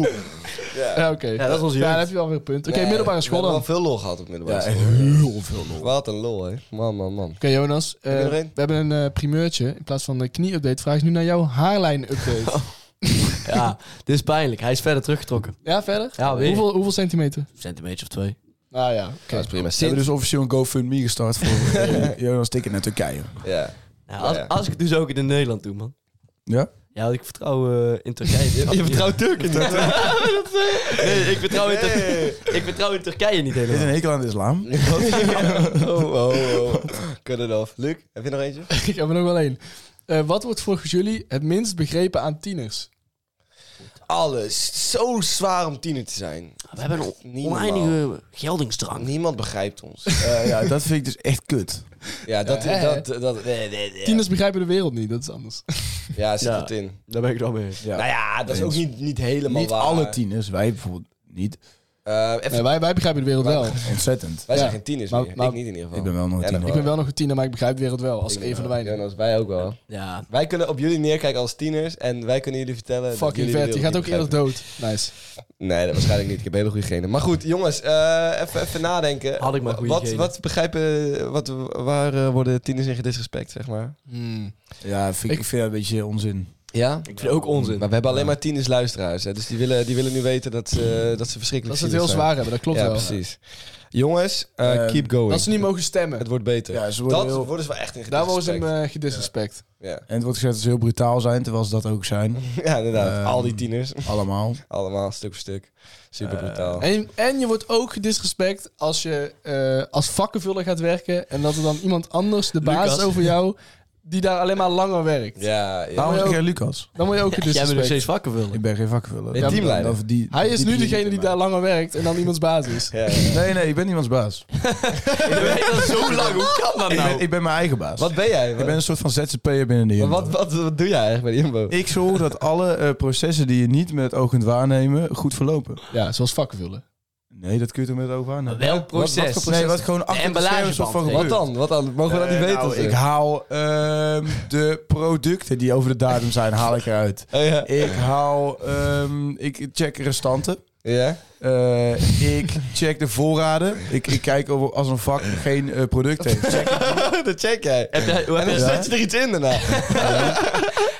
[SPEAKER 3] oké.
[SPEAKER 4] Ja, dat was
[SPEAKER 3] Ja, dan
[SPEAKER 4] jeugd.
[SPEAKER 3] heb je wel weer een punt. Oké, middelbare school
[SPEAKER 2] We
[SPEAKER 3] dan.
[SPEAKER 2] hebben wel veel
[SPEAKER 3] Oké,
[SPEAKER 2] lol gehad op middelbare
[SPEAKER 5] Ja, echt
[SPEAKER 2] school.
[SPEAKER 5] heel veel lol.
[SPEAKER 2] Wat een lol, hè. Man, man, man.
[SPEAKER 3] Jonas. eh,
[SPEAKER 2] Heb je er
[SPEAKER 3] we
[SPEAKER 2] een?
[SPEAKER 3] hebben een eh, primeurtje. In plaats van de knie-update vraag ik nu naar jouw
[SPEAKER 2] <laughs>
[SPEAKER 3] haarlijn-update.
[SPEAKER 4] Ja, dit is pijnlijk. Hij is verder teruggetrokken.
[SPEAKER 3] Ja, verder?
[SPEAKER 4] Ja, weer.
[SPEAKER 3] hoeveel, hoeveel centimeter?
[SPEAKER 4] Centimeter of twee.
[SPEAKER 3] Nou ja, <laughs>
[SPEAKER 2] Dat is prima.
[SPEAKER 5] We
[SPEAKER 2] Sint.
[SPEAKER 5] hebben dus officieel een GoFundMe gestart voor eh, Jonas Tikken naar Turkije.
[SPEAKER 2] Ja.
[SPEAKER 4] Nou, als,
[SPEAKER 2] Ja, ja.
[SPEAKER 4] als ik het doe, zou ik het in Nederland doen, man.
[SPEAKER 5] Ja?
[SPEAKER 4] Ja, want ik vertrouw eh, in <laughs> Turkije.
[SPEAKER 2] Je, je vertrouwt Turken niet.
[SPEAKER 4] Nee, ik vertrouw, in Tur-
[SPEAKER 2] Nee.
[SPEAKER 4] ik vertrouw in Turkije niet
[SPEAKER 5] Dit is
[SPEAKER 4] helemaal.
[SPEAKER 5] een hekel aan de islam.
[SPEAKER 2] <laughs> Oh, oh, oh. Cut it off. Luc, heb je nog eentje?
[SPEAKER 3] ik heb er nog wel één. Eh, wat wordt volgens jullie het minst begrepen aan tieners?
[SPEAKER 2] Alles. Zo zwaar om tiener te zijn.
[SPEAKER 4] We hebben een
[SPEAKER 2] Niet
[SPEAKER 4] oneindige geldingsdrang.
[SPEAKER 2] Niemand begrijpt ons.
[SPEAKER 5] Eh, ja, dat vind ik dus echt kut.
[SPEAKER 2] Ja, dat...
[SPEAKER 3] Ja, hè?
[SPEAKER 2] dat, dat, nee, nee, nee.
[SPEAKER 3] Tieners begrijpen de wereld niet, dat is
[SPEAKER 2] <laughs>
[SPEAKER 3] anders.
[SPEAKER 2] Ja, zit
[SPEAKER 4] Ja.
[SPEAKER 2] het in.
[SPEAKER 4] Daar ben ik dan mee.
[SPEAKER 5] Ja.
[SPEAKER 2] Nou ja, dat is ook niet, niet helemaal
[SPEAKER 5] niet
[SPEAKER 2] waar.
[SPEAKER 5] alle tieners, wij bijvoorbeeld niet.
[SPEAKER 2] Eh, even,
[SPEAKER 3] Nee, wij, wij begrijpen de wereld wel.
[SPEAKER 5] Ontzettend.
[SPEAKER 2] wij zijn
[SPEAKER 3] ja.
[SPEAKER 2] geen tieners
[SPEAKER 3] Maar-
[SPEAKER 2] meer.
[SPEAKER 3] maar-
[SPEAKER 2] ik niet in ieder geval.
[SPEAKER 5] Ik ben wel nog een
[SPEAKER 2] Ja,
[SPEAKER 5] tiener.
[SPEAKER 3] Ik ben wel nog een tiener, maar ik begrijp de wereld wel. Als
[SPEAKER 2] Ik
[SPEAKER 3] een van
[SPEAKER 2] wel.
[SPEAKER 3] de weinigen.
[SPEAKER 2] Jonas, wij ook wel.
[SPEAKER 4] Ja.
[SPEAKER 2] Wij kunnen op jullie neerkijken als tieners en wij kunnen jullie vertellen. dat
[SPEAKER 3] Fucking
[SPEAKER 2] jullie de
[SPEAKER 3] vet, je gaat
[SPEAKER 2] wereld
[SPEAKER 3] ook
[SPEAKER 2] niet
[SPEAKER 3] eerder dood. Nice.
[SPEAKER 2] begrijpen. Nee, dat waarschijnlijk niet. Ik heb hele goede genen. Maar goed, jongens, eh, even, even nadenken.
[SPEAKER 4] Had ik maar goede
[SPEAKER 2] wat,
[SPEAKER 4] genen.
[SPEAKER 2] Wat begrijpen, wat, waar eh, worden tieners in gedisrespect, zeg maar? Hmm.
[SPEAKER 5] Ja, vind ik,
[SPEAKER 3] Ik-
[SPEAKER 5] vind dat een beetje onzin.
[SPEAKER 2] Ja?
[SPEAKER 4] Ik vind het ook onzin.
[SPEAKER 2] Maar we hebben alleen maar tieners luisteraars, hè, dus die willen, die willen nu weten dat ze, dat ze
[SPEAKER 3] Dat
[SPEAKER 2] verschrikkelijk
[SPEAKER 3] ze het heel
[SPEAKER 2] zielig
[SPEAKER 3] zwaar hebben, dat klopt
[SPEAKER 2] zijn. Ja,
[SPEAKER 3] wel.
[SPEAKER 2] precies. Jongens, eh,
[SPEAKER 5] Ehm,
[SPEAKER 2] keep going.
[SPEAKER 3] Dat ze niet mogen
[SPEAKER 2] Het
[SPEAKER 3] stemmen.
[SPEAKER 2] wordt beter.
[SPEAKER 5] Ja, ze worden
[SPEAKER 2] dat
[SPEAKER 5] heel-
[SPEAKER 2] worden ze wel echt in
[SPEAKER 3] Daar worden ze
[SPEAKER 2] gedisrespect.
[SPEAKER 3] hem eh, gedisrespect.
[SPEAKER 2] Ja. <laughs>
[SPEAKER 5] En het wordt gezegd dat ze heel brutaal zijn, terwijl ze dat ook
[SPEAKER 3] <laughs>
[SPEAKER 5] zijn.
[SPEAKER 2] ja, inderdaad.
[SPEAKER 5] Ehm,
[SPEAKER 2] Al die tieners.
[SPEAKER 5] Allemaal.
[SPEAKER 2] Allemaal, stuk voor stuk. Super brutaal.
[SPEAKER 3] En, en je wordt ook gedisrespect als je eh, als vakkenvuller gaat werken. En dat er dan iemand anders, de baas
[SPEAKER 4] Lucas.
[SPEAKER 3] over jou, die daar alleen maar langer werkt.
[SPEAKER 2] Ja, ja.
[SPEAKER 5] Waarom
[SPEAKER 3] Maar
[SPEAKER 5] ben
[SPEAKER 3] ook-
[SPEAKER 5] jij Lucas?
[SPEAKER 3] Dan word
[SPEAKER 2] <laughs>
[SPEAKER 3] je ook
[SPEAKER 4] Jij bent nog
[SPEAKER 3] gedisrespect.
[SPEAKER 4] steeds vakken
[SPEAKER 5] Ik
[SPEAKER 4] vullen.
[SPEAKER 5] ben geen vakkenvuller.
[SPEAKER 2] Nee,
[SPEAKER 5] Ja,
[SPEAKER 2] teamleider.
[SPEAKER 5] dan- dan- die-
[SPEAKER 3] Hij is
[SPEAKER 5] die-
[SPEAKER 3] nu degene die daar langer werkt en dan iemands baas is.
[SPEAKER 2] Ja, ja.
[SPEAKER 5] Nee, nee, ik ben niemands baas.
[SPEAKER 4] <laughs> zo lang, hoe kan dat nou?
[SPEAKER 5] Ik ben, ik ben mijn eigen baas.
[SPEAKER 2] Wat ben jij?
[SPEAKER 5] Ik ben een soort van ZZP'er binnen de
[SPEAKER 2] Maar
[SPEAKER 5] Jumbo.
[SPEAKER 2] wat, wat, wat doe jij eigenlijk bij de Jumbo?
[SPEAKER 5] Ik zorg dat alle eh, processen die je niet met het oog kunt waarnemen, goed verlopen.
[SPEAKER 3] Ja, zoals vakkenvullen.
[SPEAKER 5] Nee, dat kun je toch met het oog waarnemen?
[SPEAKER 4] Welk
[SPEAKER 5] Wat, wat
[SPEAKER 4] proces? <laughs>
[SPEAKER 5] voor proces? Nee, wat gewoon achter de
[SPEAKER 4] emballageband.
[SPEAKER 5] schermen soort van
[SPEAKER 4] Wat
[SPEAKER 2] Wat
[SPEAKER 5] gebeurt.
[SPEAKER 2] dan? Wat dan? Mogen we dat niet
[SPEAKER 5] Eh,
[SPEAKER 2] weten?
[SPEAKER 5] nou,
[SPEAKER 2] zeg?
[SPEAKER 5] ik haal ehm, de producten die over de datum zijn, haal ik eruit.
[SPEAKER 2] Oh, ja.
[SPEAKER 5] Ik haal, ehm, ik check restanten.
[SPEAKER 2] ja?
[SPEAKER 5] Eh, ik check de voorraden. Ik, ik kijk of als een vak geen eh, product
[SPEAKER 2] <laughs>
[SPEAKER 5] heeft. Check-
[SPEAKER 2] dat check jij.
[SPEAKER 4] Heb jij, hoe
[SPEAKER 2] En
[SPEAKER 4] heb,
[SPEAKER 2] dan
[SPEAKER 4] jij,
[SPEAKER 2] zet je er iets in daarna.
[SPEAKER 4] <laughs>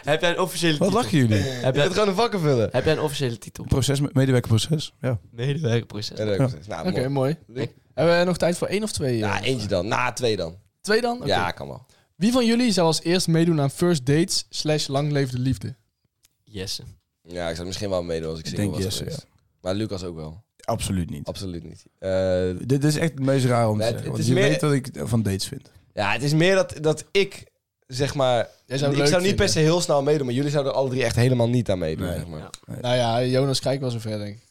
[SPEAKER 4] heb jij een officiële
[SPEAKER 5] Wat
[SPEAKER 4] titel?
[SPEAKER 5] lachen jullie?
[SPEAKER 4] Heb
[SPEAKER 2] Je
[SPEAKER 4] jij,
[SPEAKER 2] bent gewoon een vakken vullen.
[SPEAKER 4] heb jij een officiële titel?
[SPEAKER 5] Proces, medewerkerproces. Ja.
[SPEAKER 4] Medewerkerproces.
[SPEAKER 2] Ja, dat is- Nou,
[SPEAKER 3] Oké,
[SPEAKER 2] mooi.
[SPEAKER 3] mooi.
[SPEAKER 2] Luc,
[SPEAKER 3] Hebben we nog tijd voor één of twee? eh?
[SPEAKER 2] Nou, eentje dan. Na twee dan.
[SPEAKER 3] Twee dan? Oké.
[SPEAKER 2] Ja, kan wel.
[SPEAKER 3] Wie van jullie zou als eerst meedoen aan first dates slash lang leefde liefde?
[SPEAKER 4] Yes.
[SPEAKER 2] Ja, ik zou misschien wel meedoen als ik single
[SPEAKER 5] denk
[SPEAKER 2] was
[SPEAKER 5] Jesse,
[SPEAKER 2] geweest. Maar Lucas ook wel.
[SPEAKER 5] Absoluut niet.
[SPEAKER 2] Absoluut niet. Eh,
[SPEAKER 5] Dit is echt het meest raar om te
[SPEAKER 2] Nee,
[SPEAKER 5] zeggen.
[SPEAKER 2] het
[SPEAKER 5] Want
[SPEAKER 2] is
[SPEAKER 5] je
[SPEAKER 2] meer-
[SPEAKER 5] weet dat ik van dates vind.
[SPEAKER 2] ja, het is meer dat, dat ik, zeg maar...
[SPEAKER 3] Jij zou het
[SPEAKER 2] ik
[SPEAKER 3] leuk
[SPEAKER 2] zou niet per
[SPEAKER 3] vinden.
[SPEAKER 2] se heel snel meedoen, maar jullie zouden alle drie echt helemaal niet aan meedoen.
[SPEAKER 5] Nee.
[SPEAKER 2] Zeg maar.
[SPEAKER 4] Ja.
[SPEAKER 3] Nou ja, Jonas kijkt wel zover, denk ik.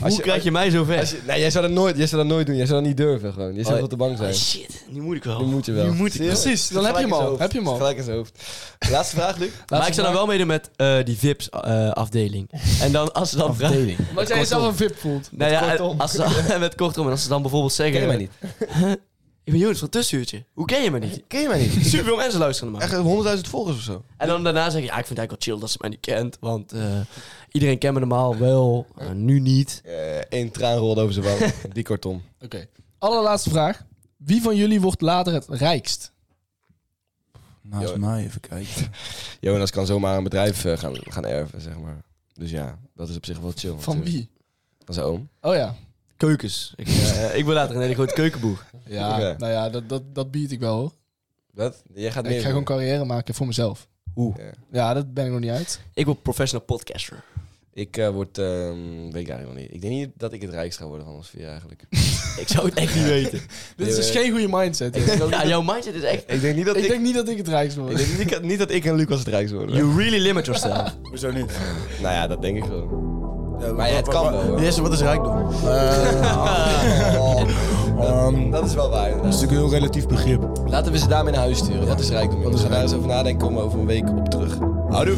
[SPEAKER 4] Hoe krijg je mij zo ver?
[SPEAKER 2] Als je- nee, jij zou dat nooit, jij zou dat nooit doen. Jij zou dat niet durven gewoon. Je zou
[SPEAKER 4] Oh,
[SPEAKER 2] wel te bang
[SPEAKER 3] Ah,
[SPEAKER 2] zijn.
[SPEAKER 4] shit, nu moet ik wel.
[SPEAKER 2] Nu moet je wel.
[SPEAKER 4] Nu moet ik wel.
[SPEAKER 3] Precies, dan heb je
[SPEAKER 2] Gelijk in
[SPEAKER 3] hem
[SPEAKER 2] zijn
[SPEAKER 3] al.
[SPEAKER 2] hoofd.
[SPEAKER 3] Heb je hem al.
[SPEAKER 2] Gelijk in zijn hoofd. <laughs> Laatste vraag, Luc.
[SPEAKER 4] maar ik zou dan wel meedoen met eh, die <laughs> VIPs-afdeling. en dan als ze dan vragen...
[SPEAKER 3] Omdat jij jezelf een VIP voelt.
[SPEAKER 4] Nou ja,
[SPEAKER 2] kortom.
[SPEAKER 4] Als ze dan, <laughs> met kortom. En als ze dan bijvoorbeeld zeggen...
[SPEAKER 2] Ken je mij niet?
[SPEAKER 4] Ik ben Jonas van Tussenuurtje. Hoe ken je
[SPEAKER 2] <laughs>
[SPEAKER 4] me niet?
[SPEAKER 2] Ken je mij
[SPEAKER 3] <laughs>
[SPEAKER 2] niet?
[SPEAKER 4] Superveel mensen luisteren naar mij.
[SPEAKER 2] Echt 100.000 volgers of zo.
[SPEAKER 4] En dan daarna zeg ik, ja, ik vind het eigenlijk wel chill dat ze mij niet kent. Want eh, iedereen kent me normaal wel, eh, nu niet.
[SPEAKER 3] Eh,
[SPEAKER 2] Eén traan rolde over zijn wang. <laughs> Die kortom.
[SPEAKER 3] Oké. Allerlaatste vraag. Wie van jullie wordt later het rijkst?
[SPEAKER 5] Naast
[SPEAKER 2] Ja.
[SPEAKER 5] mij even kijken.
[SPEAKER 2] Jonas kan zomaar een bedrijf eh, gaan, gaan erven, zeg maar. Dus ja, dat is op zich wel chill.
[SPEAKER 3] Van
[SPEAKER 2] natuurlijk.
[SPEAKER 3] wie?
[SPEAKER 2] Van zijn oom.
[SPEAKER 3] Oh ja.
[SPEAKER 4] Keukens. Ik, eh, ik ben later een hele grote keukenboer.
[SPEAKER 3] Ja,
[SPEAKER 2] Oké.
[SPEAKER 3] nou ja, dat, dat, dat bied ik wel hoor.
[SPEAKER 2] Wat? Jij gaat
[SPEAKER 3] Ik
[SPEAKER 2] meer
[SPEAKER 3] ga gewoon carrière maken voor mezelf.
[SPEAKER 4] Hoe?
[SPEAKER 2] Ja.
[SPEAKER 3] Ja, dat ben ik nog niet uit.
[SPEAKER 4] Ik word professional podcaster.
[SPEAKER 2] Ik eh, word, ehm, weet ik eigenlijk nog niet. Ik denk niet dat ik het rijkst ga worden van ons vier eigenlijk.
[SPEAKER 4] Ik zou het <laughs> echt niet weten.
[SPEAKER 3] Dit is dus
[SPEAKER 2] eh,
[SPEAKER 3] geen goede <laughs> mindset. hè.
[SPEAKER 4] Ja, jouw mindset is echt...
[SPEAKER 2] <laughs> Ik denk niet dat
[SPEAKER 3] Ik
[SPEAKER 2] ik...
[SPEAKER 3] denk niet dat ik het rijkst
[SPEAKER 2] ik
[SPEAKER 3] word.
[SPEAKER 2] denk niet, niet dat ik en Lucas het rijkst <laughs> worden.
[SPEAKER 4] You really limit yourself.
[SPEAKER 5] <laughs> Hoezo niet?
[SPEAKER 2] Nou ja, dat denk ik wel. Maar ja, het kan wel, hoor. Oh.
[SPEAKER 5] Jesse, wat is
[SPEAKER 2] <laughs>
[SPEAKER 5] rijkdom? Eh, <laughs> Ehm,
[SPEAKER 2] dat is wel waar.
[SPEAKER 5] dat is natuurlijk een heel relatief begrip.
[SPEAKER 2] Laten we ze daarmee naar huis sturen. Wat is rijkdom? We gaan daar eens over nadenken. Komen we over een week op terug. Houdoe.